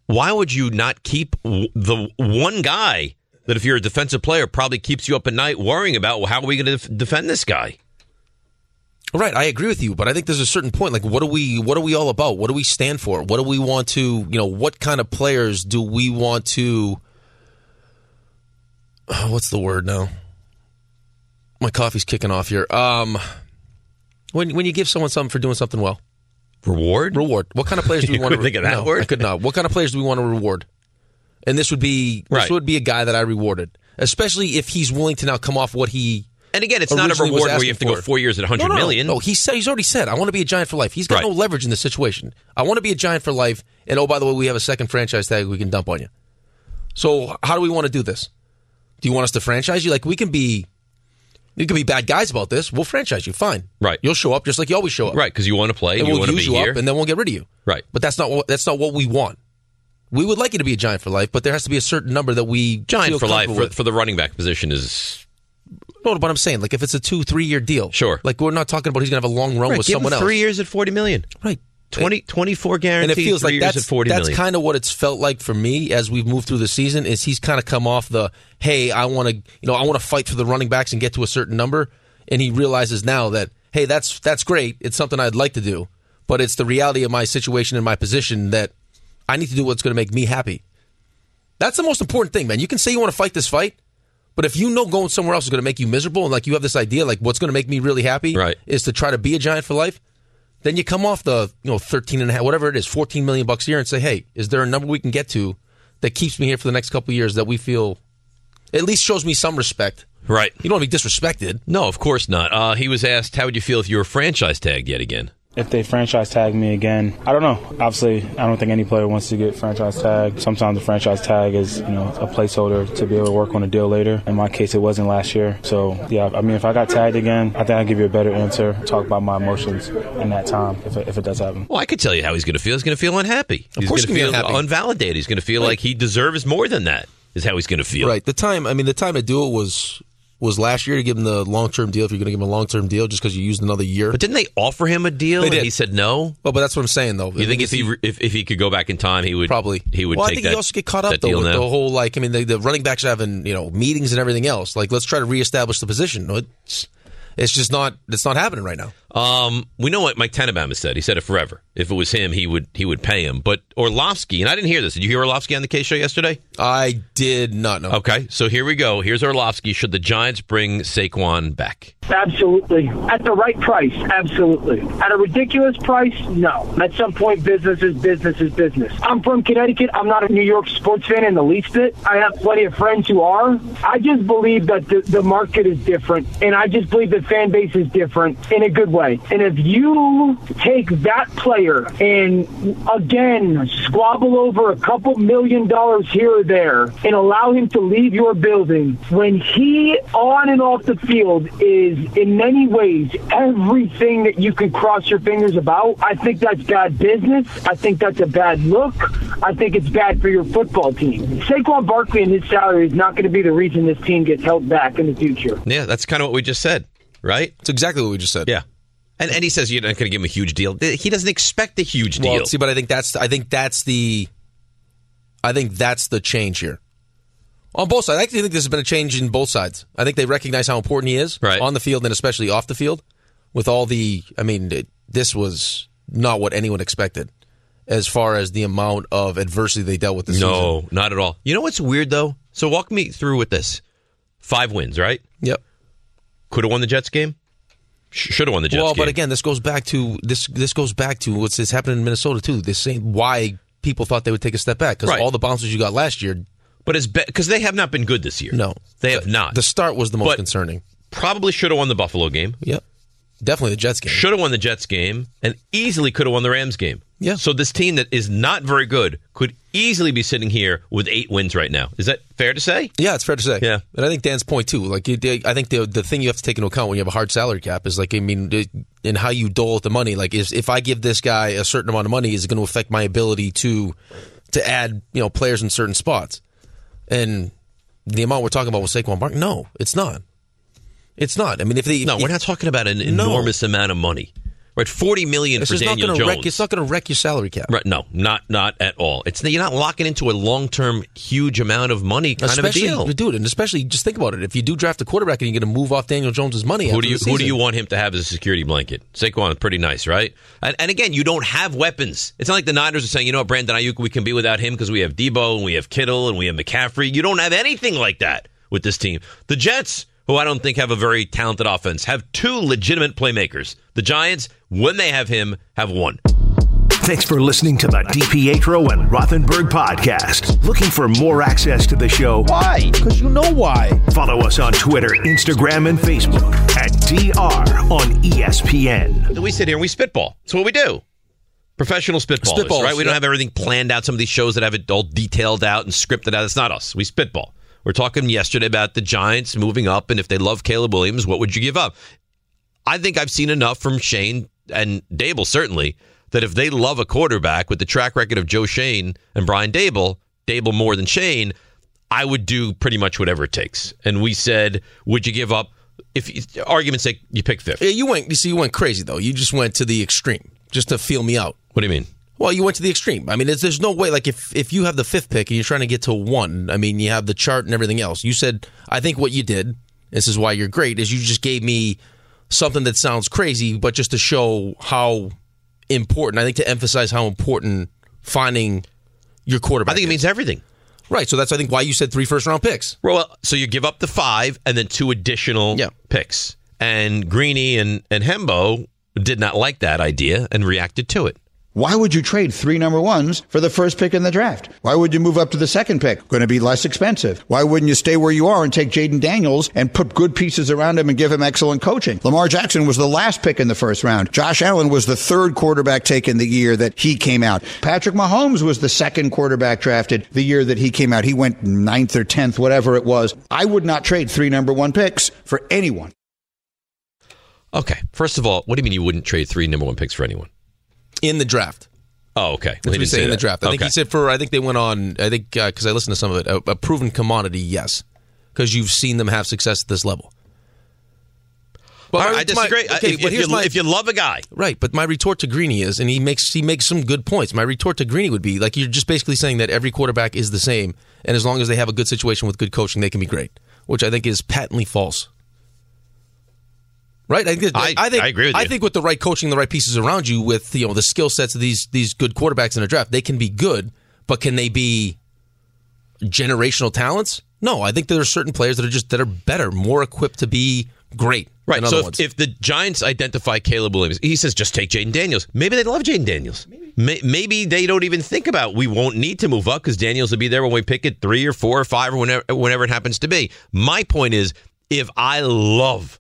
[SPEAKER 3] why would you not keep w- the one guy that, if you're a defensive player, probably keeps you up at night worrying about well, how are we going to def- defend this guy?
[SPEAKER 2] Right, I agree with you, but I think there's a certain point. Like, what are we? What are we all about? What do we stand for? What do we want to? You know, what kind of players do we want to? Oh, what's the word now? My coffee's kicking off here. Um, when when you give someone something for doing something well,
[SPEAKER 3] reward,
[SPEAKER 2] reward. What kind of players do we
[SPEAKER 3] You
[SPEAKER 2] want to
[SPEAKER 3] couldn't think of that
[SPEAKER 2] no,
[SPEAKER 3] word?
[SPEAKER 2] I could not. What kind of players do we want to reward? And this would be this
[SPEAKER 3] Right.
[SPEAKER 2] would be a guy that I rewarded, especially if he's willing to now come off what he.
[SPEAKER 3] And again, it's not a
[SPEAKER 2] originally was
[SPEAKER 3] reward where you have
[SPEAKER 2] asking
[SPEAKER 3] to go
[SPEAKER 2] for.
[SPEAKER 3] four years at
[SPEAKER 2] No,
[SPEAKER 3] 100
[SPEAKER 2] no,
[SPEAKER 3] million.
[SPEAKER 2] No, he said he's already said I want to be a giant for life. He's got no leverage in this situation. I want to be a giant for life. And oh, by the way, we have a second franchise tag we can dump on you. So how do we want to do this? Do you want us to franchise you? Like we can be, we can be bad guys about this. We'll franchise you. Fine.
[SPEAKER 3] Right.
[SPEAKER 2] You'll show up just like you always show up.
[SPEAKER 3] Right, because you want to play,
[SPEAKER 2] And
[SPEAKER 3] you
[SPEAKER 2] we'll
[SPEAKER 3] want to
[SPEAKER 2] use
[SPEAKER 3] be
[SPEAKER 2] you
[SPEAKER 3] here.
[SPEAKER 2] up, and then we'll get rid of you.
[SPEAKER 3] Right.
[SPEAKER 2] But that's not what that's not what we want. We would like you to be a giant for life, but there has to be a certain number that we
[SPEAKER 3] Giant
[SPEAKER 2] feel
[SPEAKER 3] for life
[SPEAKER 2] comfortable
[SPEAKER 3] for,
[SPEAKER 2] with.
[SPEAKER 3] for the running back position is
[SPEAKER 2] No, but I'm saying, like, if it's a two, three year deal, sure. Like, we're not talking about he's gonna have a long run
[SPEAKER 3] Right,
[SPEAKER 2] with
[SPEAKER 3] give him
[SPEAKER 2] someone else.
[SPEAKER 3] three years at 40 million.
[SPEAKER 2] Right.
[SPEAKER 3] 20, 24
[SPEAKER 2] and
[SPEAKER 3] guaranteed.
[SPEAKER 2] it feels
[SPEAKER 3] three
[SPEAKER 2] like
[SPEAKER 3] years
[SPEAKER 2] that's
[SPEAKER 3] at 40
[SPEAKER 2] that's
[SPEAKER 3] million.
[SPEAKER 2] kind of what it's felt like for me as we've moved through the season. Is he's kind of come off the hey, I want to you know I want to fight for the running backs and get to a certain number, and he realizes now that hey, that's that's great. It's something I'd like to do, but it's the reality of my situation and my position that I need to do what's going to make me happy. That's the most important thing, man. You can say you want to fight this fight, but if you know going somewhere else is going to make you miserable, and like you have this idea, like what's going to make me really happy right. is to try to be a giant for life, then you come off the you know 13 and a half, whatever it is, 14 million bucks a year, and say, hey, is there a number we can get to that keeps me here for the next couple of years that we feel at least shows me some respect?
[SPEAKER 3] Right.
[SPEAKER 2] You don't want to be disrespected.
[SPEAKER 3] No, of course not. Uh, he was asked, "How would you feel if you were franchise tagged yet again?"
[SPEAKER 13] If they franchise tag me again, I don't know. Obviously, I don't think any player wants to get franchise tagged. Sometimes the franchise tag is, you know, a placeholder to be able to work on a deal later. In my case, it wasn't last year. So, yeah, I mean, if I got tagged again, I think I'd give you a better answer, talk about my emotions in that time if it, if it does happen.
[SPEAKER 3] Well, I could tell you how he's going to feel. He's going to feel unhappy. He's
[SPEAKER 2] course
[SPEAKER 3] going to
[SPEAKER 2] he's
[SPEAKER 3] feel
[SPEAKER 2] gonna be
[SPEAKER 3] unvalidated. He's going to feel like he deserves more than that. Is how he's going to feel.
[SPEAKER 2] Right. The time, I mean, the time to do it was was last year to give him the long term deal. If you're going to give him a long term deal, just because you used another year. But
[SPEAKER 3] didn't they offer him a deal?
[SPEAKER 2] They
[SPEAKER 3] and
[SPEAKER 2] did.
[SPEAKER 3] he said no.
[SPEAKER 2] Well, but that's what I'm saying though.
[SPEAKER 3] You think if he if, if he could go back in time, he would probably he would
[SPEAKER 2] well,
[SPEAKER 3] take
[SPEAKER 2] I think
[SPEAKER 3] that.
[SPEAKER 2] you also get caught up
[SPEAKER 3] that
[SPEAKER 2] though
[SPEAKER 3] deal
[SPEAKER 2] with
[SPEAKER 3] now.
[SPEAKER 2] the whole like I mean the, the running backs having you know meetings and everything else. Like let's try to reestablish the position. No, It's it's just not it's not happening right now.
[SPEAKER 3] Um, we know what Mike Tannenbaum said. He said it forever. If it was him, he would he would pay him. But Orlovsky, and I didn't hear this. Did you hear Orlovsky on the K show yesterday?
[SPEAKER 2] I did not know.
[SPEAKER 3] Okay, so here we go. Here's Orlovsky. Should the Giants bring Saquon back?
[SPEAKER 14] Absolutely. At the right price, absolutely. At a ridiculous price, no. At some point, business is business is business. I'm from Connecticut. I'm not a New York sports fan in the least bit. I have plenty of friends who are. I just believe that the, the market is different, and I just believe the fan base is different in a good way. And if you take that player and, again, squabble over a couple million dollars here or there and allow him to leave your building when he on and off the field is in many ways everything that you can cross your fingers about i think that's bad business i think that's a bad look i think it's bad for your football team saquon barkley and his salary is not going to be the reason this team gets held back in the future
[SPEAKER 3] Yeah, that's kind of what we just said, right? It's
[SPEAKER 2] exactly what we just said.
[SPEAKER 3] Yeah. And, and he says you're not going to give him a huge deal. He doesn't expect a huge deal.
[SPEAKER 2] Well, see, but I think that's I think that's the I think that's the change here on both sides. I actually think there's been a change in both sides. I think they recognize how important he is on the field and especially off the field. With all the, I mean, it, this was not what anyone expected, as far as the amount of adversity they dealt with this season.
[SPEAKER 3] No, not at all. You know what's weird though? So walk me through with this. Five wins, right?
[SPEAKER 2] Yep.
[SPEAKER 3] Could have won the Jets game. Sh- Should have won the Jets
[SPEAKER 2] well,
[SPEAKER 3] game.
[SPEAKER 2] but again, this goes back to this. This goes back to what's this happening in Minnesota too. This same why people thought they would take a step back because
[SPEAKER 3] Right.
[SPEAKER 2] all the bounces you got last year.
[SPEAKER 3] But it's because they have not been good this year.
[SPEAKER 2] No,
[SPEAKER 3] they have not. The
[SPEAKER 2] start was the most
[SPEAKER 3] But
[SPEAKER 2] concerning.
[SPEAKER 3] Probably should have won the Buffalo game.
[SPEAKER 2] Yep. Definitely the Jets game.
[SPEAKER 3] Should have won the Jets game and easily could have won the Rams game.
[SPEAKER 2] Yeah.
[SPEAKER 3] So this team that is not very good could easily be sitting here with eight wins right now. Is that fair to say?
[SPEAKER 2] Yeah, it's fair to say. Yeah, and I think Dan's point too. Like, you, I think the the thing you have to take into account when you have a hard salary cap is like, I mean, it- in how you dole out the money. Like, is if I give this guy a certain amount of money, is it going to affect my ability to to add you know players in certain spots? And the amount we're talking about with Saquon Barkley, no, it's not. It's not. I mean, if they
[SPEAKER 3] No, we're not talking about an enormous amount of money. Right, forty million
[SPEAKER 2] This
[SPEAKER 3] for
[SPEAKER 2] is not
[SPEAKER 3] Daniel
[SPEAKER 2] gonna
[SPEAKER 3] Jones.
[SPEAKER 2] wreck. It's not going to wreck your salary cap.
[SPEAKER 3] Right? No, not not at all. It's you're not locking into a long term huge amount of money kind
[SPEAKER 2] especially,
[SPEAKER 3] of a deal.
[SPEAKER 2] dude, and especially just think about it. If you do draft a quarterback and you're going to move off Daniel Jones's money,
[SPEAKER 3] Who
[SPEAKER 2] after
[SPEAKER 3] do you
[SPEAKER 2] the
[SPEAKER 3] who do
[SPEAKER 2] season.
[SPEAKER 3] you want him to have as a security blanket? Saquon is pretty nice, right? And, and again, you don't have weapons. It's not like the Niners are saying, you know what, Brandon Ayuk, we can be without him because we have Debo and we have Kittle and we have McCaffrey. You don't have anything like that with this team. The Jets, who I don't think have a very talented offense, have two legitimate playmakers. The Giants, when they have him, have one.
[SPEAKER 9] Thanks for listening to the DiPietro and Rothenberg podcast. Looking for more access to the show? Why? Because you know why. Follow us on Twitter, Instagram, and Facebook at DR on E ESPN.
[SPEAKER 3] We sit here and we spitball. That's what we do. Professional spitballers,
[SPEAKER 2] Spitballs,
[SPEAKER 3] right? We
[SPEAKER 2] yeah.
[SPEAKER 3] don't have everything planned out. Some of these shows that have it all detailed out and scripted out. It's not us. We spitball. We're talking yesterday about the Giants moving up, and if they love Caleb Williams, what would you give up? I think I've seen enough from Shane and Dable certainly that if they love a quarterback with the track record of Joe Shane and Brian Dable, Dable more than Shane, I would do pretty much whatever it takes. And we said, would you give up? If argument's sake, you pick fifth.
[SPEAKER 2] Yeah, you went. You see, you went crazy though. You just went to the extreme just to feel me out.
[SPEAKER 3] What do you mean?
[SPEAKER 2] Well, you went to the extreme. I mean, it's, there's no way. Like, if if you have the fifth pick and you're trying to get to one, I mean, you have the chart and everything else. You said, I think what you did. This is why you're great. Is you just gave me something that sounds crazy, but just to show how important. I think to emphasize how important finding your quarterback. I think
[SPEAKER 3] it means everything.
[SPEAKER 2] Right. So that's I think why you said three first round picks.
[SPEAKER 3] Well, so you give up the five and then two additional picks. And Greeny and, and Hembo did not like that idea and reacted to it.
[SPEAKER 15] Why would you trade three number ones for the first pick in the draft? Why would you move up to the second pick? Going to be less expensive. Why wouldn't you stay where you are and take Jaden Daniels and put good pieces around him and give him excellent coaching? Lamar Jackson was the last pick in the first round. Josh Allen was the third quarterback taken the year that he came out. Patrick Mahomes was the second quarterback drafted the year that he came out. He went ninth or tenth, whatever it was. I would not trade three number one picks for anyone.
[SPEAKER 3] Okay. First of all, what do you mean you wouldn't trade three number one picks for anyone?
[SPEAKER 2] In the draft.
[SPEAKER 3] Oh, okay.
[SPEAKER 2] That's
[SPEAKER 3] Well,
[SPEAKER 2] what he
[SPEAKER 3] he didn't
[SPEAKER 2] said in the
[SPEAKER 3] that.
[SPEAKER 2] draft. I think
[SPEAKER 3] Okay.
[SPEAKER 2] he said for. I think they went on. I think because I listened to some of it. A, a proven commodity, yes, because you've seen them have success at this level.
[SPEAKER 3] All right,
[SPEAKER 2] my-
[SPEAKER 3] I disagree. I-
[SPEAKER 2] okay,
[SPEAKER 3] if,
[SPEAKER 2] but
[SPEAKER 3] if
[SPEAKER 2] here's
[SPEAKER 3] you,
[SPEAKER 2] my-
[SPEAKER 3] if you love a guy,
[SPEAKER 2] Right, but my retort to Greeny is, and he makes he makes some good points. My retort to Greeny would be like you're just basically saying that every quarterback is the same, and as long as they have a good situation with good coaching, they can be great, which I think is patently false. Right, I, think
[SPEAKER 3] I-
[SPEAKER 2] think
[SPEAKER 3] I agree with
[SPEAKER 2] I
[SPEAKER 3] you.
[SPEAKER 2] think with the right coaching, the right pieces around you, with you know the skill sets of these these good quarterbacks in the draft, they can be good, but can they be generational talents? No, I think there are certain players that are just that are better, more equipped to be great.
[SPEAKER 3] Right.
[SPEAKER 2] Than other
[SPEAKER 3] so if,
[SPEAKER 2] ones.
[SPEAKER 3] if the Giants identify Caleb Williams, he says just take Jaden Daniels. Maybe they love Jaden Daniels. Maybe. Maybe they don't even think about we won't need to move up because Daniels will be there when we pick it three or four or five or whenever, whenever it happens to be. My point is if I love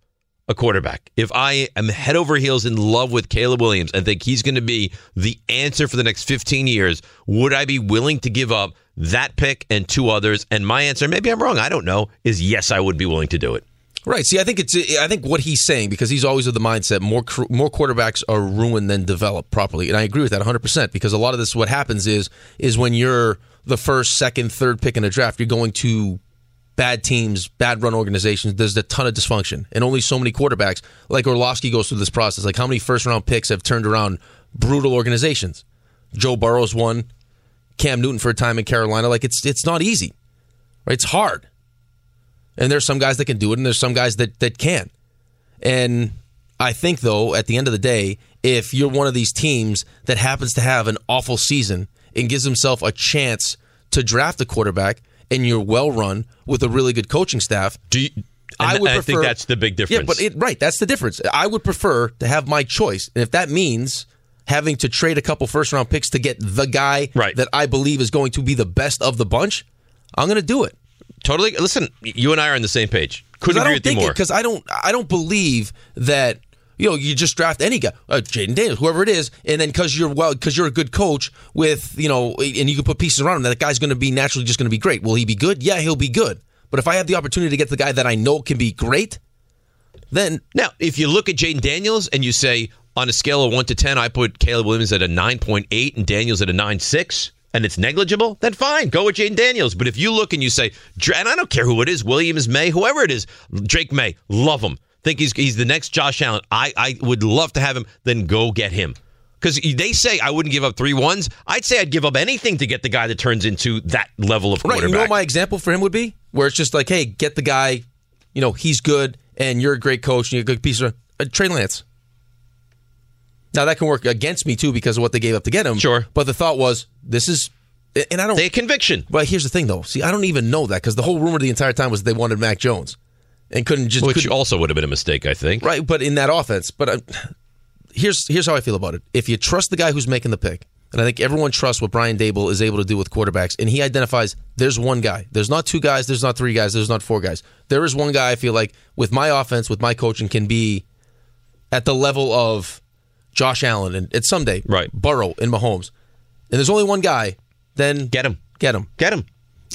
[SPEAKER 3] a quarterback, if I am head over heels in love with Caleb Williams and think he's going to be the answer for the next 15 years, would I be willing to give up that pick and two others? And my answer, maybe I'm wrong, I don't know, is yes, I would be willing to do it.
[SPEAKER 2] Right. See, I think it's I think what he's saying because he's always of the mindset more cr- more quarterbacks are ruined than developed properly, and I agree with that 100 percent because a lot of this what happens is is when you're the first, second, third pick in a draft, you're going to bad teams, bad run organizations. There's a ton of dysfunction, and only so many quarterbacks like Orlovsky goes through this process. Like how many first round picks have turned around brutal organizations? Joe Burrow's one, Cam Newton for a time in Carolina. Like it's it's not easy. Right? It's hard. And there's some guys that can do it, and there's some guys that that can. And I- I think, though, at the end of the day, if you're one of these teams that happens to have an awful season and gives himself a chance to draft a quarterback and you're well run with a really good coaching staff, do you, I
[SPEAKER 3] And
[SPEAKER 2] would
[SPEAKER 3] I think
[SPEAKER 2] prefer-
[SPEAKER 3] that's the big
[SPEAKER 2] Yeah,
[SPEAKER 3] difference.
[SPEAKER 2] but it, right, that's the difference. I would prefer to have my choice, and if that means having to trade a couple first round picks to get the guy that I believe is going to be the best of the bunch, I'm going to do it.
[SPEAKER 3] Totally. Listen, you and I are on the same page. Couldn't
[SPEAKER 2] 'Cause I
[SPEAKER 3] agree
[SPEAKER 2] don't
[SPEAKER 3] with you
[SPEAKER 2] think
[SPEAKER 3] more.
[SPEAKER 2] Because I don't, I don't believe that you know you just draft any guy, uh, Jaden Daniels, whoever it is, and then because you're well, because you're a good coach with you know, and you can put pieces around him, that the guy's going to be naturally just going to be great. Will he be good? Yeah, he'll be good. But if I have the opportunity to get the guy that I know can be great, then
[SPEAKER 3] now if you look at Jaden Daniels and you say on a scale of one to ten, I put Caleb Williams at a nine point eight and Daniels at a nine six, and it's negligible, then fine, go with Jaden Daniels. But if you look and you say, Dr- and I don't care who it is, Williams, May, whoever it is, Drake May, love him. Think he's he's the next Josh Allen. I I would love to have him. Then go get him. Because they say I wouldn't give up three ones. I'd say I'd give up anything to get the guy that turns into that level of
[SPEAKER 2] Right.
[SPEAKER 3] quarterback.
[SPEAKER 2] You know what my example for him would be? Where it's just like, hey, get the guy, you know, he's good and you're a great coach and you're a good piece of uh, Trey Lance. Now that can work against me too because of what they gave up to get him. Sure. But the thought was, this is and I don't they
[SPEAKER 3] conviction.
[SPEAKER 2] But here's the thing though. See, I don't even know that because the whole rumor the entire time was they wanted Mac Jones. And couldn't just
[SPEAKER 3] Which
[SPEAKER 2] couldn't-
[SPEAKER 3] also would have been a mistake, I think.
[SPEAKER 2] Right, but in that offense, but uh, here's here's how I feel about it. If you trust the guy who's making the pick, and I think everyone trusts what Brian Dable is able to do with quarterbacks, and he identifies there's one guy. There's not two guys, there's not three guys, there's not four guys. There is one guy I feel like with my offense, with my coaching can be at the level of Josh Allen and, and someday right. Burrow and Mahomes. And there's only one guy, then get
[SPEAKER 3] him.
[SPEAKER 2] Get him.
[SPEAKER 3] Get him.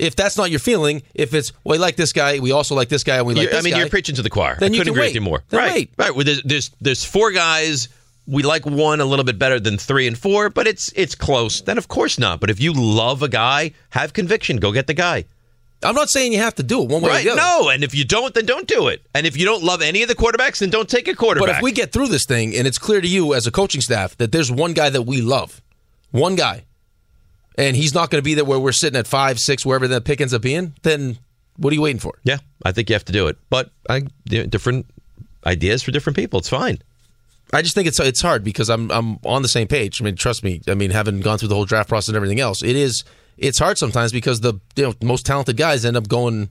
[SPEAKER 2] If that's not your feeling, if it's well, we like this guy, we also like this guy, and we like
[SPEAKER 3] You're-
[SPEAKER 2] this
[SPEAKER 3] I mean,
[SPEAKER 2] guy,
[SPEAKER 3] you're preaching to the choir.
[SPEAKER 2] Then
[SPEAKER 3] I
[SPEAKER 2] you can
[SPEAKER 3] couldn't agree
[SPEAKER 2] wait.
[SPEAKER 3] with you more.
[SPEAKER 2] Then
[SPEAKER 3] right,
[SPEAKER 2] wait.
[SPEAKER 3] right. Well, there's, there's there's four guys. We like one a little bit better than three and four, but it's it's close. Then of course not. But if you love a guy, have conviction. Go get the guy.
[SPEAKER 2] I'm not saying you have to do it one way or
[SPEAKER 3] right?
[SPEAKER 2] the other.
[SPEAKER 3] No, and if you don't, then don't do it. And if you don't love any of the quarterbacks, then don't take a quarterback.
[SPEAKER 2] But if we get through this thing and it's clear to you as a coaching staff that there's one guy that we love, one guy, and he's not going to be there where we're sitting at five, six, wherever that pick ends up being, then what are you waiting for?
[SPEAKER 3] yeah, I think you have to do it. But I you know, different ideas for different people. It's fine.
[SPEAKER 2] I just think it's it's hard because I'm I'm on the same page. I mean, trust me. I mean, having gone through the whole draft process and everything else, it is it's hard sometimes because the you know most talented guys end up going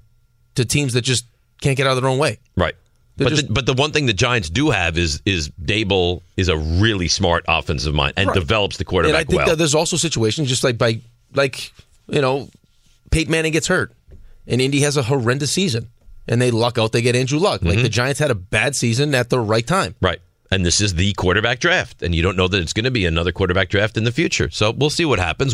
[SPEAKER 2] to teams that just can't get out of their own way.
[SPEAKER 3] Right.
[SPEAKER 2] They're
[SPEAKER 3] But, the, but the one thing the Giants do have is is Dable is a really smart offensive mind and
[SPEAKER 2] Right.
[SPEAKER 3] develops the quarterback
[SPEAKER 2] And I think
[SPEAKER 3] well.
[SPEAKER 2] that there's also situations just like by like you know, Peyton Manning gets hurt, and Indy has a horrendous season, and they luck out. They get Andrew Luck.
[SPEAKER 3] Mm-hmm.
[SPEAKER 2] Like the Giants had a bad season at the right time.
[SPEAKER 3] Right. And this is the quarterback draft, and you don't know that it's going to be another quarterback draft in the future. So we'll see what happens.